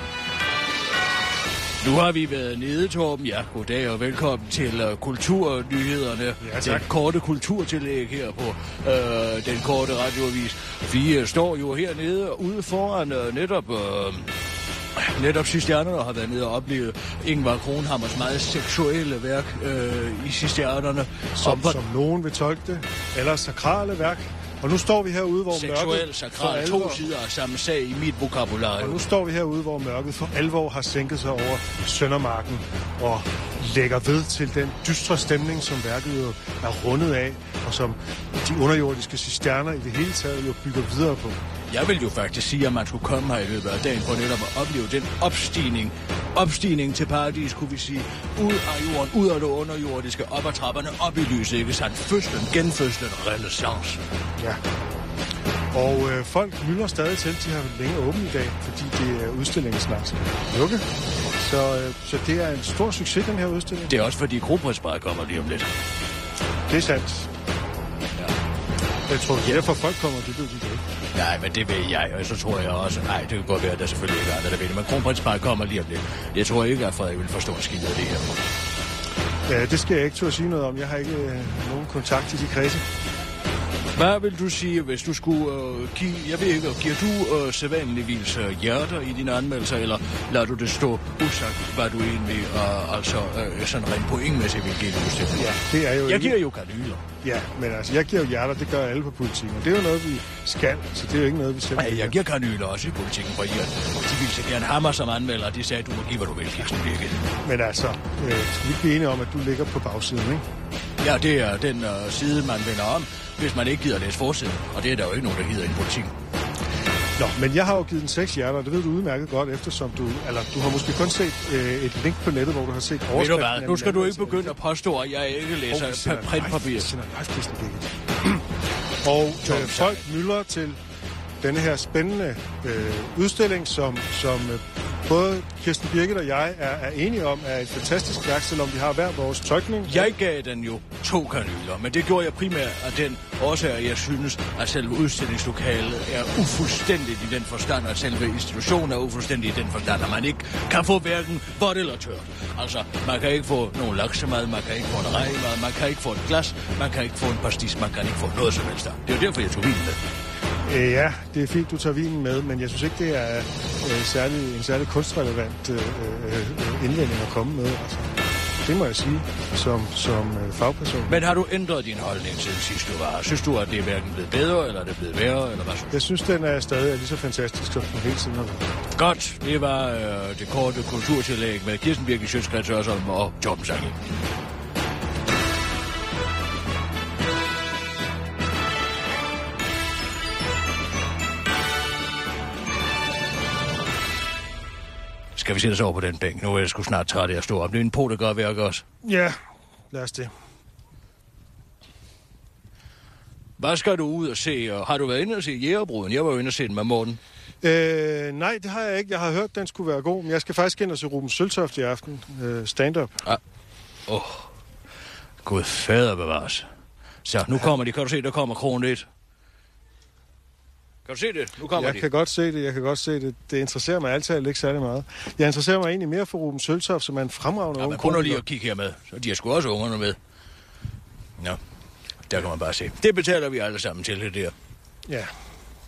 Nu har vi været nede, Torben. Ja, goddag og velkommen til uh, Kulturnyhederne. Ja, tak. Den korte kulturtillæg her på uh, den korte radioavis. Vi uh, står jo hernede ude foran uh, netop... Uh, Netop Cisternerne har været nede og oplevet Ingvar Kronhammers meget seksuelle værk øh, i Cisternerne. Som, Og hvor- som nogen vil tolke det. Eller sakrale værk. Og nu står vi herude, hvor Seksuel, mørket for sakral, alvor... to sider af samme sag i mit vokabularium. Og nu står vi herude, hvor mørket for alvor har sænket sig over Søndermarken og lægger ved til den dystre stemning, som værket jo er rundet af, og som de underjordiske cisterner i det hele taget jo bygger videre på. Jeg vil jo faktisk sige, at man skulle komme her i løbet af dagen for netop at opleve den opstigning. Opstigning til paradis, kunne vi sige. Ud af jorden, ud af det underjordiske, op ad trapperne, op i lyset, ikke sandt? Fødslen, genfødslen, renaissance. Ja. Og øh, folk mylder stadig til, de har længe åbent i dag, fordi det er udstillingen snart skal lukke. Så, øh, så det er en stor succes, den her udstilling. Det er også fordi Kronprinsparet kommer lige om lidt. Det er sandt. Jeg tror, det er derfor, folk kommer, det ved de ikke. Nej, men det ved jeg, og så tror jeg også... Nej, det kan godt være, at der selvfølgelig ikke er andre, der ved det, men Kronprinsparet kommer lige om lidt. Jeg tror ikke, at Frederik vil forstå en skid af det her. Ja, det skal jeg ikke turde sige noget om. Jeg har ikke øh, nogen kontakt i de kredse. Hvad vil du sige, hvis du skulle øh, give... Jeg ved ikke, giver du øh, sædvanligvis øh, hjerter i dine anmeldelser, eller lader du det stå usagt, hvad du egentlig øh, altså øh, sådan rent pointmæssigt vil give det til? Ja, det er jo Jeg ikke- giver jo kanyler. Ja, men altså, jeg giver jo hjerter, det gør alle på politikken. Og det er jo noget, vi skal, så det er jo ikke noget, vi selv Ja, jeg giver kanyler også i politikken fra Iran. De ville så gerne have mig som anmelder, og de sagde, du må give, hvad du vil, Kirsten Birgit. Men altså, øh, skal vi ikke blive enige om, at du ligger på bagsiden, ikke? Ja, det er den øh, side, man vender om, hvis man ikke gider læse forsiden. Og det er der jo ikke nogen, der gider i politikken. Nå, men jeg har jo givet den seks hjerter, og det ved du udmærket godt, eftersom du... Eller, du har måske kun set øh, et link på nettet, hvor du har set overskriften... Ved du hvad, af nu den skal du ikke anmeldelse. begynde at påstå, at jeg ikke Åh, vi læser sender oh, printpapir. live- vi sender live, Kirsten Birgit. Og øh, folk mylder til denne her spændende øh, udstilling, som, som øh, både Kirsten Birgit og jeg er, er enige om, er et fantastisk værk, selvom vi har hver vores tolkning. Jeg gav den jo to kanyler, men det gjorde jeg primært af den årsag, at jeg synes, at selve udstillingslokalet er ufuldstændigt i den forstand, at selve institutionen er ufuldstændig i den forstand, at man ikke kan få hverken vådt eller tørt. Altså, man kan ikke få nogen laksemad, man kan ikke få en rejmad, man kan ikke få et glas, man kan ikke få en pastis, man kan ikke få noget som helst. der. Det er jo derfor, jeg tog vinen med. Øh, ja, det er fint, du tager vinen med, men jeg synes ikke, det er øh, særlig, en særlig kunstrelevant øh, øh, indvending at komme med. Altså. Det må jeg sige, som, som øh, fagperson. Men har du ændret din holdning siden sidst du var? her? Synes du, at det er hverken blevet bedre, eller er det blevet værre, eller hvad synes du? Jeg synes, den er stadig er lige så fantastisk, som den hele tiden har været. Godt, det var øh, det korte kulturtillæg med Kirsten Birke, Sjøtskrets Hørsholm og Torben Sange. Skal vi sætte os over på den bænk? Nu er jeg sgu snart træt af at stå op. Det er en po, der gør værk også. Ja, lad os det. Hvad skal du ud og se? Og har du været inde og se Jægerbruden? Jeg var jo inde og se den med Morten. Øh, nej, det har jeg ikke. Jeg har hørt, den skulle være god, men jeg skal faktisk ind og se Ruben Søltoft i aften. Øh, stand-up. Åh, oh. gud fader bevares. Så, nu kommer de. Kan du se, der kommer kronen lidt. Kan du se det? Nu kommer Jeg de. kan godt se det, jeg kan godt se det. Det interesserer mig altid ikke særlig meget. Jeg interesserer mig egentlig mere for Ruben Søltoft, som er en fremragende Ja, ung man kunne lige komiker. at kigge her med. Så de har sgu også ungerne med. Nå, der kan man bare se. Det betaler vi alle sammen til, det der. Ja,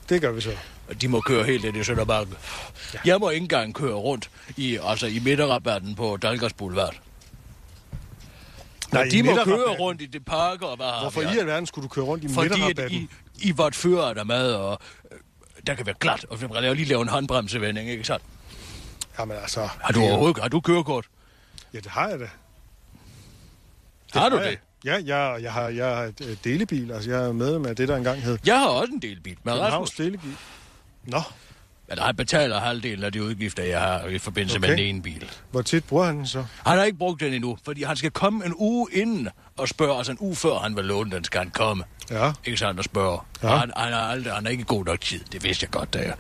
det gør vi så. Og de må køre helt ind i Sønderbakken. Ja. Jeg må ikke engang køre rundt i, altså i midterrabatten på Dalgas Boulevard. Nej, i de må midterrabatten. køre rundt i det park og hvad har Hvorfor Ah, vi, i alverden skulle du køre rundt i Fordi at midterrabatten? I, I var et fører der mad, og øh, der kan være glat, og man kan lige lave en håndbremsevending, ikke sandt? Jamen altså... Har du det er jo- overhovedet har du kørekort? Ja, det har jeg da. Har du Ja, det? Ja, jeg, jeg, har, jeg har et øh, delebil. Altså, jeg er medlem af det, der engang hed Jeg har også en del bit med Københavns Rasmus. Delebil. Nå, Men han betaler halvdelen af de udgifter, jeg har i forbindelse okay. med Okay. den ene bil. hvor tit bruger han den så? Han har ikke brugt den endnu, fordi han skal komme en uge inden og spørge, altså en uge før han vil låne den, skal han komme. Ja. Ikke sandt at spørge. Ja. Ja. Han, han, er aldrig, han er ikke i god nok tid, det vidste jeg godt, da jeg,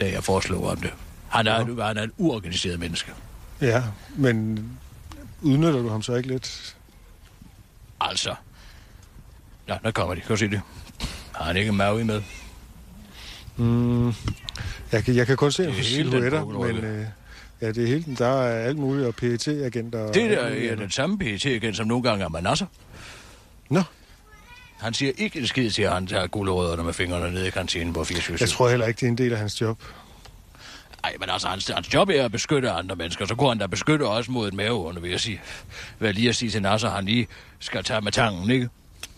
da jeg foreslog om det. Han er, ja. han er en uorganiseret menneske. Ja, men udnytter du ham så ikke lidt? Altså. Nå, der kommer de. Kan du se det? Har han ikke Maui med? Jeg kan, jeg kan kun se er nogle hele den silhuetter, bukkelorte. men øh, ja, det er hele den. Der er alt muligt, og pet agenter og... Det der er den samme PET igen, som nogle gange er Manasser. Nå, Han siger ikke en skid til, at han tager guldrødderne med fingrene ned i kantinen på 84. jeg tror heller ikke, det er en del af hans job. Nej, men altså, hans, hans job er at beskytte andre mennesker. Så kunne han da beskytte også mod et maveårende, vil jeg sige. Hvad jeg lige at sige til Nasser, han lige skal tage med tangen, ikke?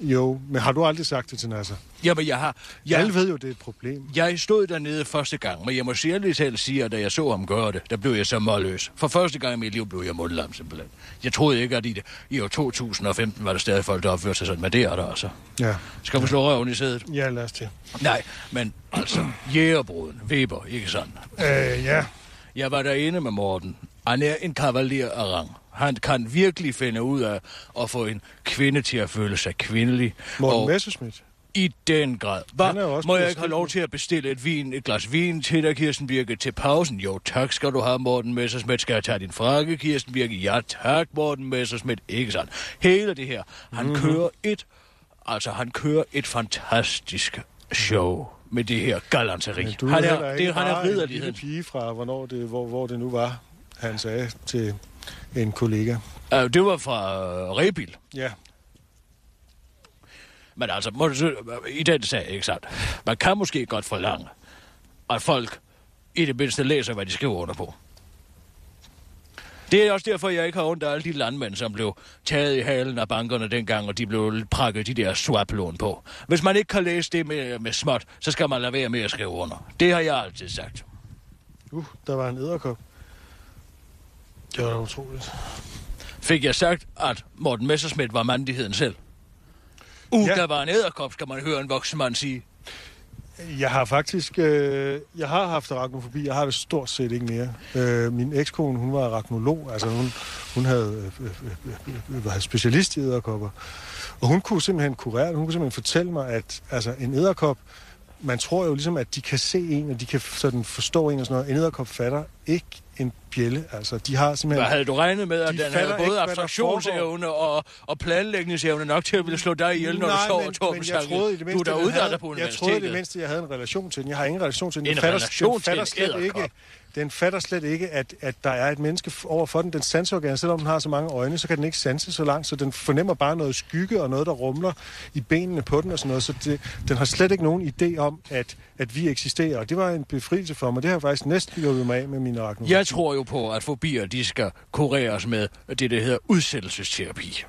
Jo, men har du aldrig sagt det til Nasser? Jamen, jeg har... Ja. Jeg, Alle ved jo, det er et problem. Jeg stod dernede første gang, men jeg må særligt selv sige, at da jeg så ham gøre det, der blev jeg så målløs. For første gang i mit liv blev jeg mundlam simpelthen. Jeg troede ikke, at i, det, i år 2015 var der stadig folk, der opførte sig sådan, men det er der altså. Ja, Skal vi slå røven i sædet? ja lad os til. Nej, men altså, jægerbruden, Weber, ikke sådan. Øh, ja. Jeg var derinde med Morten. Han er en kavalier af rang. Han kan virkelig finde ud af at få en kvinde til at føle sig kvindelig. Morten og- Messerschmidt. i den grad. Hva? Han er jo også Må jeg blevet ikke have lov til at bestille et, vin, et glas vin til dig, Kirsten Birke, til pausen? Jo, tak skal du have, Morten Messersmith. Skal jeg tage din frakke, Kirsten Birke? Ja, tak, Morten Messersmith. Ikke sådan. Hele det her. Han Mhm. mm-hmm. kører et... Altså, han kører et fantastisk show med det her galanteri. Men du han heller er, ikke det, han bare er en lille ridderligheden. pige fra, hvornår det, hvor, hvor det nu var, han sagde til en kollega. Uh, det var fra uh, Rebil. Ja, Men altså, må du, så- i den sag, ikke sandt? Man kan måske godt forlange, at folk i det mindste læser, hvad de skriver under på. Det er også derfor, jeg ikke har ondt af alle de landmænd, som blev taget i halen af bankerne dengang, og de blev prakket de der swap-lån på. Hvis man ikke kan læse det med, med småt, så skal man lade være med at skrive under. Det har jeg altid sagt. uh, der var en æderkop. Det var da utroligt. Fik jeg sagt, at Morten Messerschmidt var mandigheden selv? Uh, Ja. ja. der var en æderkop, skal man høre en voksen mand sige. Jeg har faktisk, øh, jeg har haft arachnofobi, jeg har det stort set ikke mere. Øh, min ekskone, hun var arachnolog, altså hun, hun havde, øh, øh, øh, øh, var specialist i æderkopper. Og hun kunne simpelthen kurere det, hun kunne simpelthen fortælle mig, at altså, en æderkop, man tror jo ligesom, at de kan se en, og de kan sådan forstå en og sådan noget. En æderkop fatter ikke en bjælle, altså de har Hvad simpelthen... havde du regnet med, at De den fatter havde ikke, både hvad der abstraktionsevne og, og planlægningsevne nok til at ville slå dig ihjel, når du sover men, tom men jeg troede i det Du er mindste, da jeg havde, uddannet på Jeg troede i det universitetet. mindste, jeg havde en relation til den. Jeg har ingen relation til den. En Den fatter, relation den til fatter en slet edderkop. ikke, Den fatter slet ikke, at, at der er et menneske f- overfor den. Den sanseorgan, selvom den har så mange øjne, så kan den ikke sanse så langt, så den fornemmer bare noget skygge og noget, der rumler i benene på den og sådan noget. Så det, den har slet ikke nogen idé om, at, at vi eksisterer. Og det var en befrielse for mig. Det har jeg faktisk næsten hjulpet mig af med mine arachnofobi. Jeg tror jo på, at fobier de skal kureres med det, der hedder udsættelsesterapi.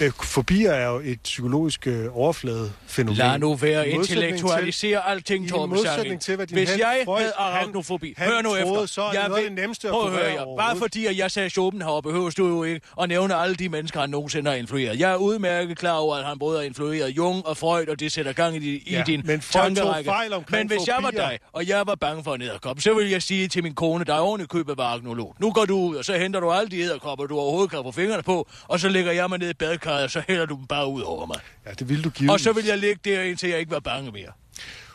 Øh, Fobier er jo et psykologisk øh, overfladefænomen. Lad nu være at I modsætning intellektualisere alting, i Torben modsætning Sangel. til, hvad din Hvis ven jeg Freud, havde han- arachnofobi, han hør nu troede, efter. så er jeg noget af det nemmeste at prøv at høre kurere jer. Bare overhovedet. fordi, at jeg sagde Schopenhauer, behøver du jo ikke at nævne alle de mennesker, han nogensinde har influeret. Jeg er udmærket klar over, at han både har influeret Jung og Freud, og det sætter gang i, di- i Ja, din men Freud tog tankerække. fejl omkring Men hvis jeg var fobier. dig, og jeg var bange for en æderkop, så ville jeg sige til min kone, der er oven i købet var agnolog. Nu går du ud, og så henter du alle de æderkopper, du overhovedet kan få fingrene på, og så lægger jeg mig ned i badekarret, og så hælder du dem bare ud over mig. Ja, det ville du give. Og så vil jeg ligge der, indtil jeg ikke var bange mere.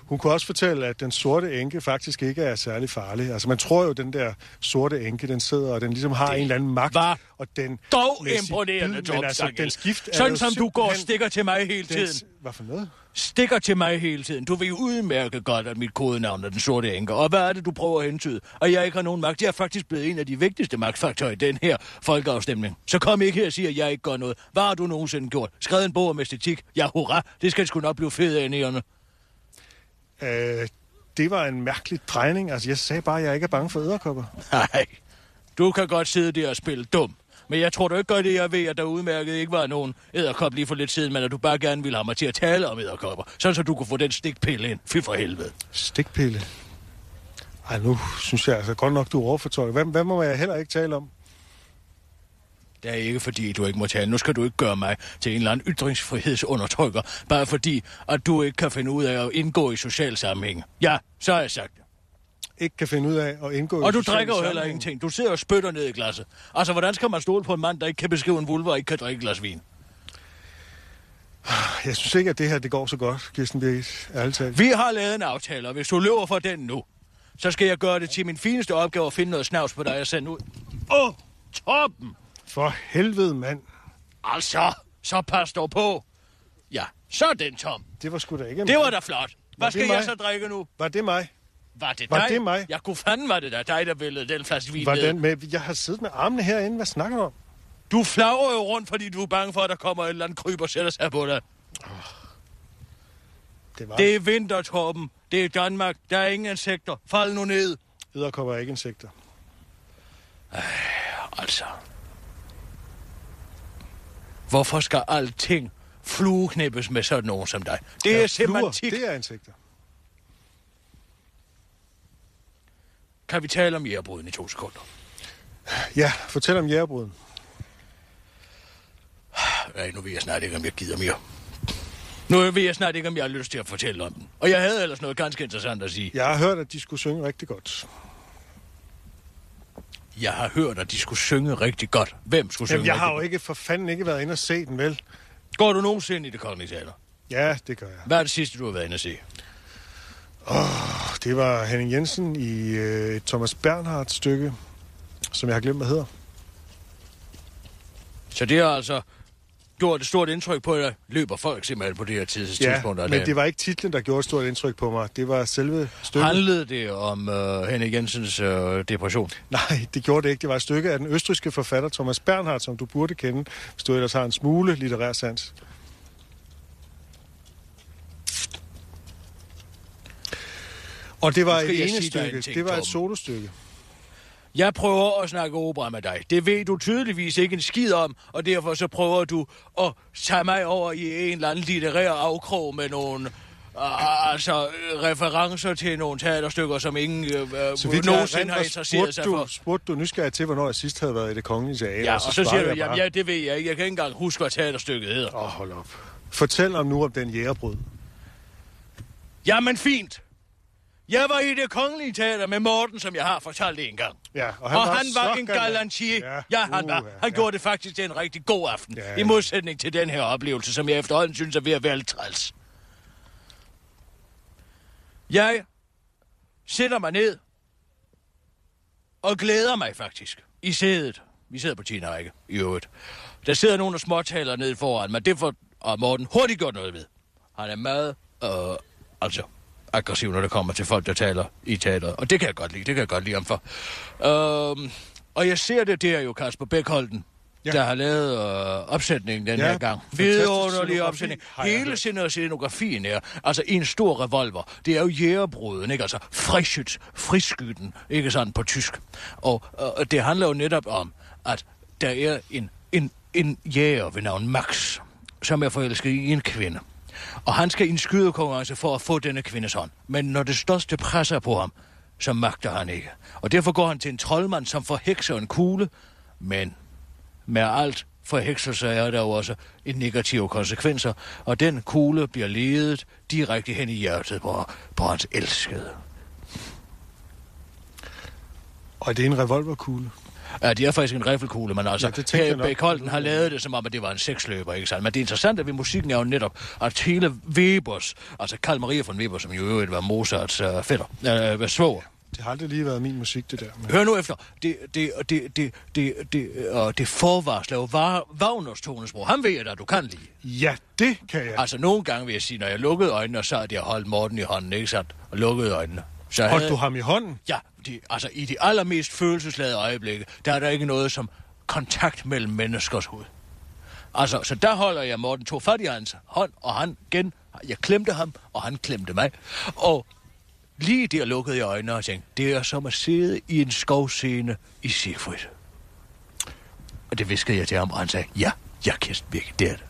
Hun kunne også fortælle, at den sorte enke faktisk ikke er særlig farlig. Altså, man tror jo, at den der sorte enke, den sidder, og den ligesom har det en eller anden magt. var og den Dog med sin imponerende, bid, men Tom altså, Sangel. den skift er Sådan jo som du går og simpelthen- stikker til mig hele den- tiden. Hvad for noget? Stikker til mig hele tiden. Du vil jo udmærke godt, at mit kodenavn er den sorte enker. Og hvad er det, du prøver at hentyde? Og jeg ikke har nogen magt. Jeg er faktisk blevet en af de vigtigste magtfaktorer i den her folkeafstemning. Så kom ikke her og sig, at jeg ikke gør noget. Hvad har du nogensinde gjort? Skrevet en bog om æstetik? Ja, hurra. Det skal sgu nok blive fedt af nærende. Øh, det var en mærkelig drejning. Altså, jeg sagde bare, at jeg ikke er bange for æderkopper. Nej. Du kan godt sidde der og spille dum. Men jeg tror du ikke godt, at jeg ved, at der udmærket ikke var nogen æderkop lige for lidt siden, men at du bare gerne ville have mig til at tale om æderkopper, sådan så du kunne få den stikpille ind. Fy for helvede. Stikpille? Ej, nu synes jeg altså godt nok, du overfortolker. Hvad, hvad må jeg heller ikke tale om? Det er ikke fordi, du ikke må tale. Nu skal du ikke gøre mig til en eller anden ytringsfrihedsundertrykker, bare fordi, at du ikke kan finde ud af at indgå i social sammenhæng. Ja, så har jeg sagt det. Ikke kan finde ud af at indgå i Og du sociale drikker jo heller sammenhænge. ingenting. Du sidder og spytter ned i glasset. Altså, hvordan skal man stole på en mand, der ikke kan beskrive en vulva og ikke kan drikke et glas vin? Jeg synes ikke, at det her det går så godt, Kirsten Birgit. Ærligt talt. Vi har lavet en aftale, og hvis du løber for den nu, så skal jeg gøre det til min fineste opgave at finde noget snavs på dig og sende ud. Åh, oh, toppen! For helvede, mand. Altså, så pas dog på. Ja, så er den tom. Det var sgu da ikke... Det var da flot. Var Hvad det skal jeg mig? så drikke nu? Var det mig? Var det Var dig? det mig? Jeg kunne fanden var det der dig, der væltede den flaske vin Var ned. den med... Jeg har siddet med armene herinde. Hvad snakker du om? Du flagrer jo rundt, fordi du er bange for, at der kommer en eller anden kryber og sætter sig på dig. Det var Det er vinter, Torben. Det er Danmark. Der er ingen insekter. Fald nu ned. Edderkopper er ikke insekter. Altså. Hvorfor skal alting flueknippes med sådan nogen som dig? Det er Ja, ja, fluer, semantik. Det... Det er insekter. Kan vi tale om jægerbruden i to sekunder? Ja, fortæl om jægerbruden. Nej, nu ved jeg snart ikke, om jeg gider mere. Nu ved jeg snart ikke, om jeg har lyst til at fortælle om den. Og jeg havde ellers noget ganske interessant at sige. Jeg har hørt, at de skulle synge rigtig godt. Jeg har hørt, at de skulle synge rigtig godt. Hvem skulle synge Jamen, jeg rigtig har jo ikke for fanden ikke været inde og se den, vel? godt? Går du nogensinde i det kongelige teater? Ja, det gør jeg. Hvad er det sidste, du har været inde at se? Det var Henning Jensen i øh, Thomas Bernhards stykke, som jeg har glemt, hvad hedder. Så det har altså gjort et stort indtryk på dig. Løber folk simpelthen på det her tids tidspunkt? af men dagen? det var ikke titlen, der gjorde et stort indtryk på mig. Det var selve stykket. Handlede det om øh, Henrik Jensens øh, depression? Nej, det gjorde det ikke. Det var et stykke af den østriske forfatter Thomas Bernhard, som du burde kende, hvis du ellers har en smule litterær sans. Og det var Nu skal et jeg sige ene dig en stykke. ting, det var et Torben. solostykke. Jeg prøver at snakke opera med dig. Det ved du tydeligvis ikke en skid om, og derfor så prøver du at tage mig over i en eller anden litterær afkrog med nogle øh, altså øh, referencer til nogle teaterstykker, som ingen øh, øh, nogensinde har interesseret spurgte sig du, for. spurgte du nysgerrig til, hvornår jeg sidst havde været i det kongelige teater. Ja, og så siger svarede du, jeg jamen bare, ja, det ved jeg ikke. Jeg kan ikke engang huske, hvad teaterstykket hedder. Åh, hold op. Fortæl om nu om den jægerbrud. Jamen fint. Jeg var i det kongelige teater med Morten, som jeg har fortalt en gang. Ja, Og han, og var, han var så en galant. galantier. Ja, Ja, Uh, ja han var. uha, Han ja. gjorde det faktisk til en rigtig god aften. Ja, Ja, ja. I modsætning til den her oplevelse, som jeg efterhånden synes er ved at være lidt træls. Jeg sætter mig ned og glæder mig faktisk i sædet. Vi sidder på 10. række, i øvrigt. Der sidder nogle af småtalere nede foran mig. Det får og Morten hurtigt gjort noget ved. Han er meget, øh, altså, aggressiv, når det kommer til folk, der taler i teateret. Og det kan jeg godt lide, det kan jeg godt lide ham for. Øhm, og jeg ser det der jo, Kasper Bækholden, Ja. ja. der har lavet øh, opsætningen den Ja, ja, her gang. fantastisk scenografi, Vidunderlig opsætning. har jeg hørt. Hele scen- scenografien er, altså i en stor revolver, det er jo jægerbruden, ikke? Altså frischütz, friskytten, ikke sådan på tysk. Og øh, det handler jo netop om, at der er en, en, en jæger ved navn Max, som er forelsket i en kvinde. Og han skal i en skydekonkurrence for at få denne kvindes hånd. Men når det største presser på ham, så magter han ikke. Og derfor går han til en troldmand, som forhekser en kugle, men med alt forhekselse er der jo også en negative konsekvenser, og den kugle bliver ledet direkte hen i hjertet på, på hans elskede. Og det er en revolverkugle. Ja, det er faktisk en riffelkugle, men altså, Ja, det tænkte jeg ja, nok. Bæk Holden har lavet det, som om, at det var en seksløber, ikke sandt? Men det interessante ved musikken er jo netop, at hele Webers, altså Karl Maria von Weber, som jo i øvrigt var Mozarts øh, fætter, øh, svoger, Det har aldrig lige været min musik, det der. Men... Hør nu efter. Det, det, det, det, det, det, og det forvarsler jo Wa- Wagners tonesprog. Ham ved jeg da, du kan lide. Ja, det kan jeg. Altså, nogle gange vil jeg sige, når jeg lukkede øjnene, og så havde jeg holdt Morten i hånden, ikke sandt? Og lukkede øjnene. Så Holdt du ham i hånden? Ja, de, altså i de allermest følelsesladede øjeblikke, der er der ikke noget som kontakt mellem menneskers hoved. Altså, så der holder jeg Morten to fat i hans hånd, og han igen, jeg klemte ham, og han klemte mig. Og lige der lukkede jeg øjnene og tænkte, det er som at sidde i en skovscene i Siegfried. Og det viskede jeg til ham, og han sagde, ja, jeg er Kirsten Birgit, det er det.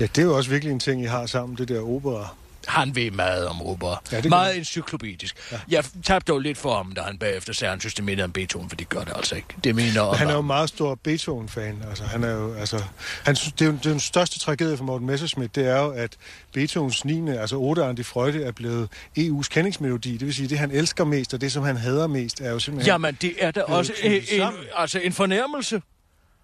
Ja, det er jo også virkelig en ting, I har sammen, det der opera. Han ved meget om opera. Ja, Ja, det gør meget han. encyklopædisk. Ja. Jeg tabte dog lidt for ham, da han bagefter sagde, at han synes, det mindede om Beethoven, for det gør det altså ikke. Det mener Han er jo om... meget stor Beethoven-fan. Altså, han er jo, altså, han, synes- det, er jo, det er jo den største tragedie for Morten Messerschmidt, det er jo, at Beethovens 9. altså 8'eren de Freude, er blevet EU's kendingsmelodi. Det vil sige, det han elsker mest, og det som han hader mest, er jo simpelthen... Jamen, det er da også knyttet en, en, sammen. altså en fornærmelse.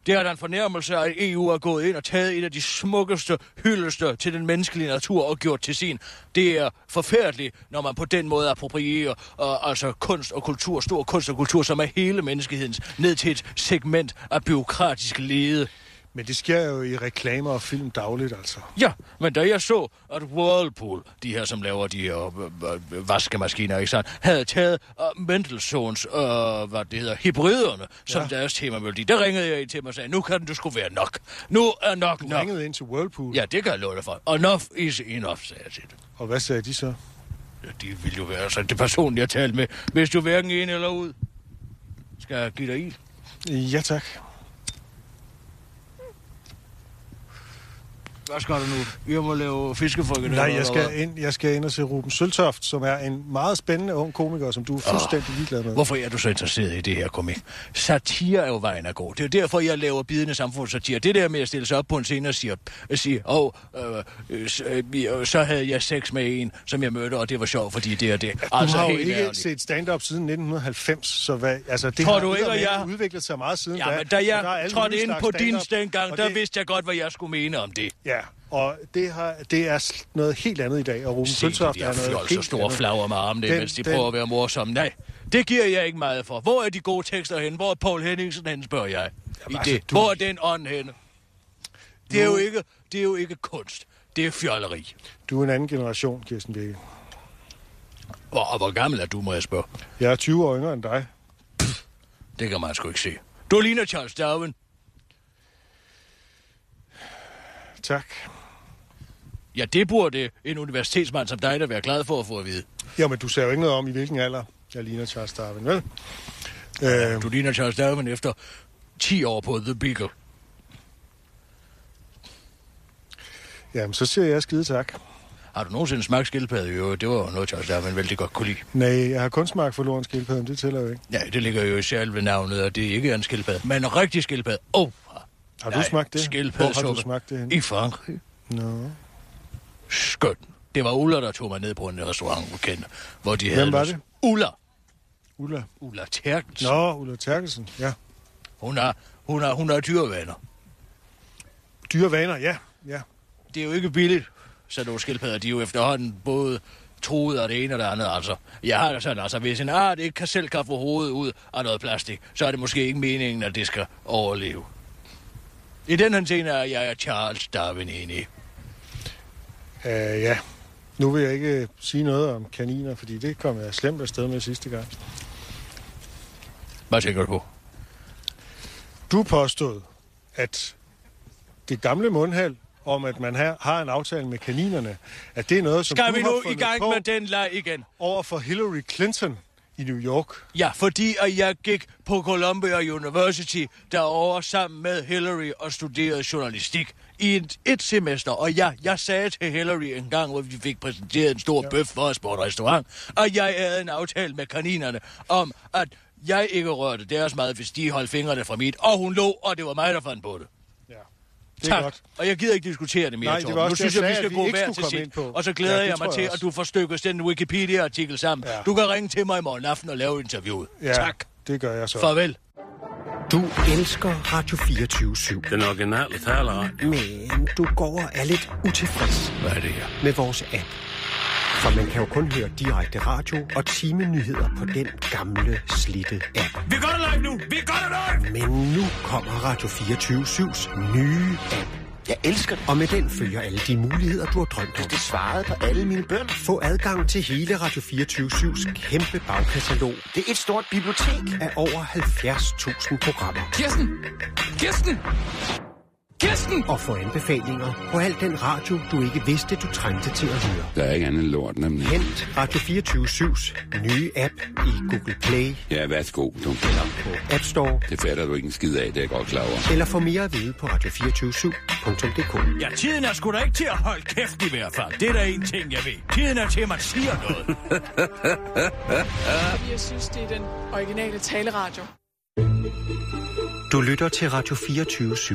Det er da en fornærmelse, at EU er gået ind og taget et af de smukkeste hyldester til den menneskelige natur og gjort til sin. Det er forfærdeligt, når man på den måde approprierer og, altså kunst og kultur, stor kunst og kultur, som er hele menneskehedens, ned til et segment af byråkratisk lede. Men det sker jo i reklamer og film dagligt, altså. Ja, men da jeg så, at Whirlpool, de her, som laver de her øh, øh, vaskemaskiner, ikke sandt, havde taget uh, Mendelssohns, uh, hvad det hedder, hybriderne, som ja. deres temamelodi, der ringede jeg ind til mig og sagde, nu kan du sgu være nok. Nu er nok Du nok. ringede ind til Whirlpool, ja. Ja, det kan jeg love dig for. Enough is enough, sagde jeg til dem. og hvad sagde de så? Ja, det ville jo være altså, det person, jeg talte med. Hvis du hverken ind eller ud, skal jeg give dig ild. Ja, tak. Hvad skal du nu? Jeg må lave fiskefrikadeller. Nej, jeg eller hvad? skal, ind, jeg skal ind og se Ruben Søltoft, som er en meget spændende ung komiker, som du er fuldstændig ligeglad med. Hvorfor er du så interesseret i det her komik? Satire er jo vejen at gå. Det er jo derfor, jeg laver bidende samfundssatire. Det der med at stille sig op på en scene og sige, og sige oh, øh, øh, s- øh, vi- øh, så havde jeg sex med en, som jeg mødte, og det var sjovt, fordi det og det. Du altså, har jo helt ikke ærligt. set stand-up siden 1990, så hvad, altså, det Tror har du ikke, eddermame at jeg- udviklet sig meget siden Ja, men da og der er jeg alle trådte mulige ind slags på din stand-up, dengang, og der det, vidste jeg godt, hvad jeg skulle mene om det. Ja, og det, har, det er sl- noget helt andet i dag, og Ruben Se, de Søltoft er der noget fjol, så helt store andet. flager med armen, det, Den- mens de den- prøver at være morsomme. Nej, det giver jeg ikke meget for. Hvor er de gode tekster henne? Hvor er Paul Henningsen henne, spørger jeg. I altså, det. du- Hvor er den ånd henne? Det er, jo ikke, det er jo ikke kunst. Det er fjolleri. Du er en anden generation, Kirsten Birke. Og, og hvor gammel er du, må jeg spørge? Jeg er 20 år yngre end dig. Det kan man sgu ikke se. Du ligner Charles Darwin. Tak. Ja, det burde en universitetsmand som dig, der være glad for at få at vide. Jamen, du sagde jo ikke noget om, i hvilken alder jeg ligner Charles Darwin, vel? Øh, Du ligner Charles Darwin efter 10 år på The Beagle. jamen, så siger jeg skide tak. Har du nogensinde smagt skildpadde i øvrigt? Det var jo noget, Charles Darwin vældig godt kunne lide. Nej, jeg har kun smagt forloren skildpadde, men det tæller jo ikke. Ja, det ligger jo i selve navnet, og det er ikke en skildpadde, men en rigtig skildpadde. Åh, oh, Har du smagt det? Skildpadde Hvor har du smagt det henne? I Frankrig. Nå. Skønt. Det var Ulla, der tog mig ned på en restaurant, hun kendte, hvor de havde... Hvem var noget- det? Ulla. Ulla. Ulla Terkens. Nå, Ulla Terkelsen, ja. Hun har, hun har, hun har dyrevaner. Dyre vaner, ja. ja. det er jo ikke billigt, så nogle skildpadder, de er jo efterhånden både troet og det ene og det andet, altså. Jeg har det sådan, altså, hvis en art ikke kan selv kan få hovedet ud af noget plastik, så er det måske ikke meningen, at det skal overleve. I den her scene er jeg og Charles Darwin enig. Uh, ja. Nu vil jeg ikke øh, sige noget om kaniner, fordi det kom jeg slemt afsted med sidste gang. Hvad tænker du på? Du påstod, at det gamle mundhæld om, at man her har en aftale med kaninerne, at det er noget, som Skal du vi har nu i fundet gang på med den leg igen? over for Hillary Clinton i New York. Ja, fordi at jeg gik på Columbia University derovre sammen med Hillary og studerede journalistik i et, et semester. Og ja, jeg sagde til Hillary en gang, hvor vi fik præsenteret en stor ja. bøf for os på et restaurant, og jeg havde en aftale med kaninerne om, at jeg ikke rørte deres mad, hvis de holdt fingrene fra mit. Og hun lå, og det var mig, der fandt på det. Ja. Det er tak. godt. Og jeg gider ikke diskutere det mere, Nej, det var Torben. også Nu det, synes jeg jeg, vi sagde, skal at vi gå ikke hver skulle til komme sit. ind på. Og så Ja, glæder det jeg mig tror til, jeg at også. du får stykket den Wikipedia-artikel sammen. Ja. Du kan ringe til mig i morgen aften og lave interviewet. Ja, Tak. Det gør jeg så. Farvel. Du elsker Radio 24 Den originale taler. men du går og er lidt utilfreds Hvad er det her? med vores app. For man kan jo kun høre direkte radio og timenyheder på den gamle, slitte app. Vi går det live nu! Vi går det live! Men nu kommer Radio 24-7's nye app. Jeg elsker det. Og med den følger alle de muligheder, du har drømt om. Det svarede på alle mine bønder. Få adgang til hele Radio 24-7's kæmpe bagkatalog. Det er et stort bibliotek af over 70.000 programmer. Kirsten! Kirsten! Kirsten! og få anbefalinger på al den radio, du ikke vidste, du trængte til at høre. Der er ikke andet end lort, nemlig. Hent Radio 24-7's nye app i Google Play, Ja, værsgo, du. på App Store, Det fatter du ikke en skid af, det er jeg godt klar over. eller få mere at vide på radio247.dk. Ja, tiden er sgu da ikke til at holde kæft i hvert fald. Det er der en ting, jeg ved. Tiden er til, at man siger noget. Jeg synes, det er den originale taleradio. Du lytter til Radio 24-7.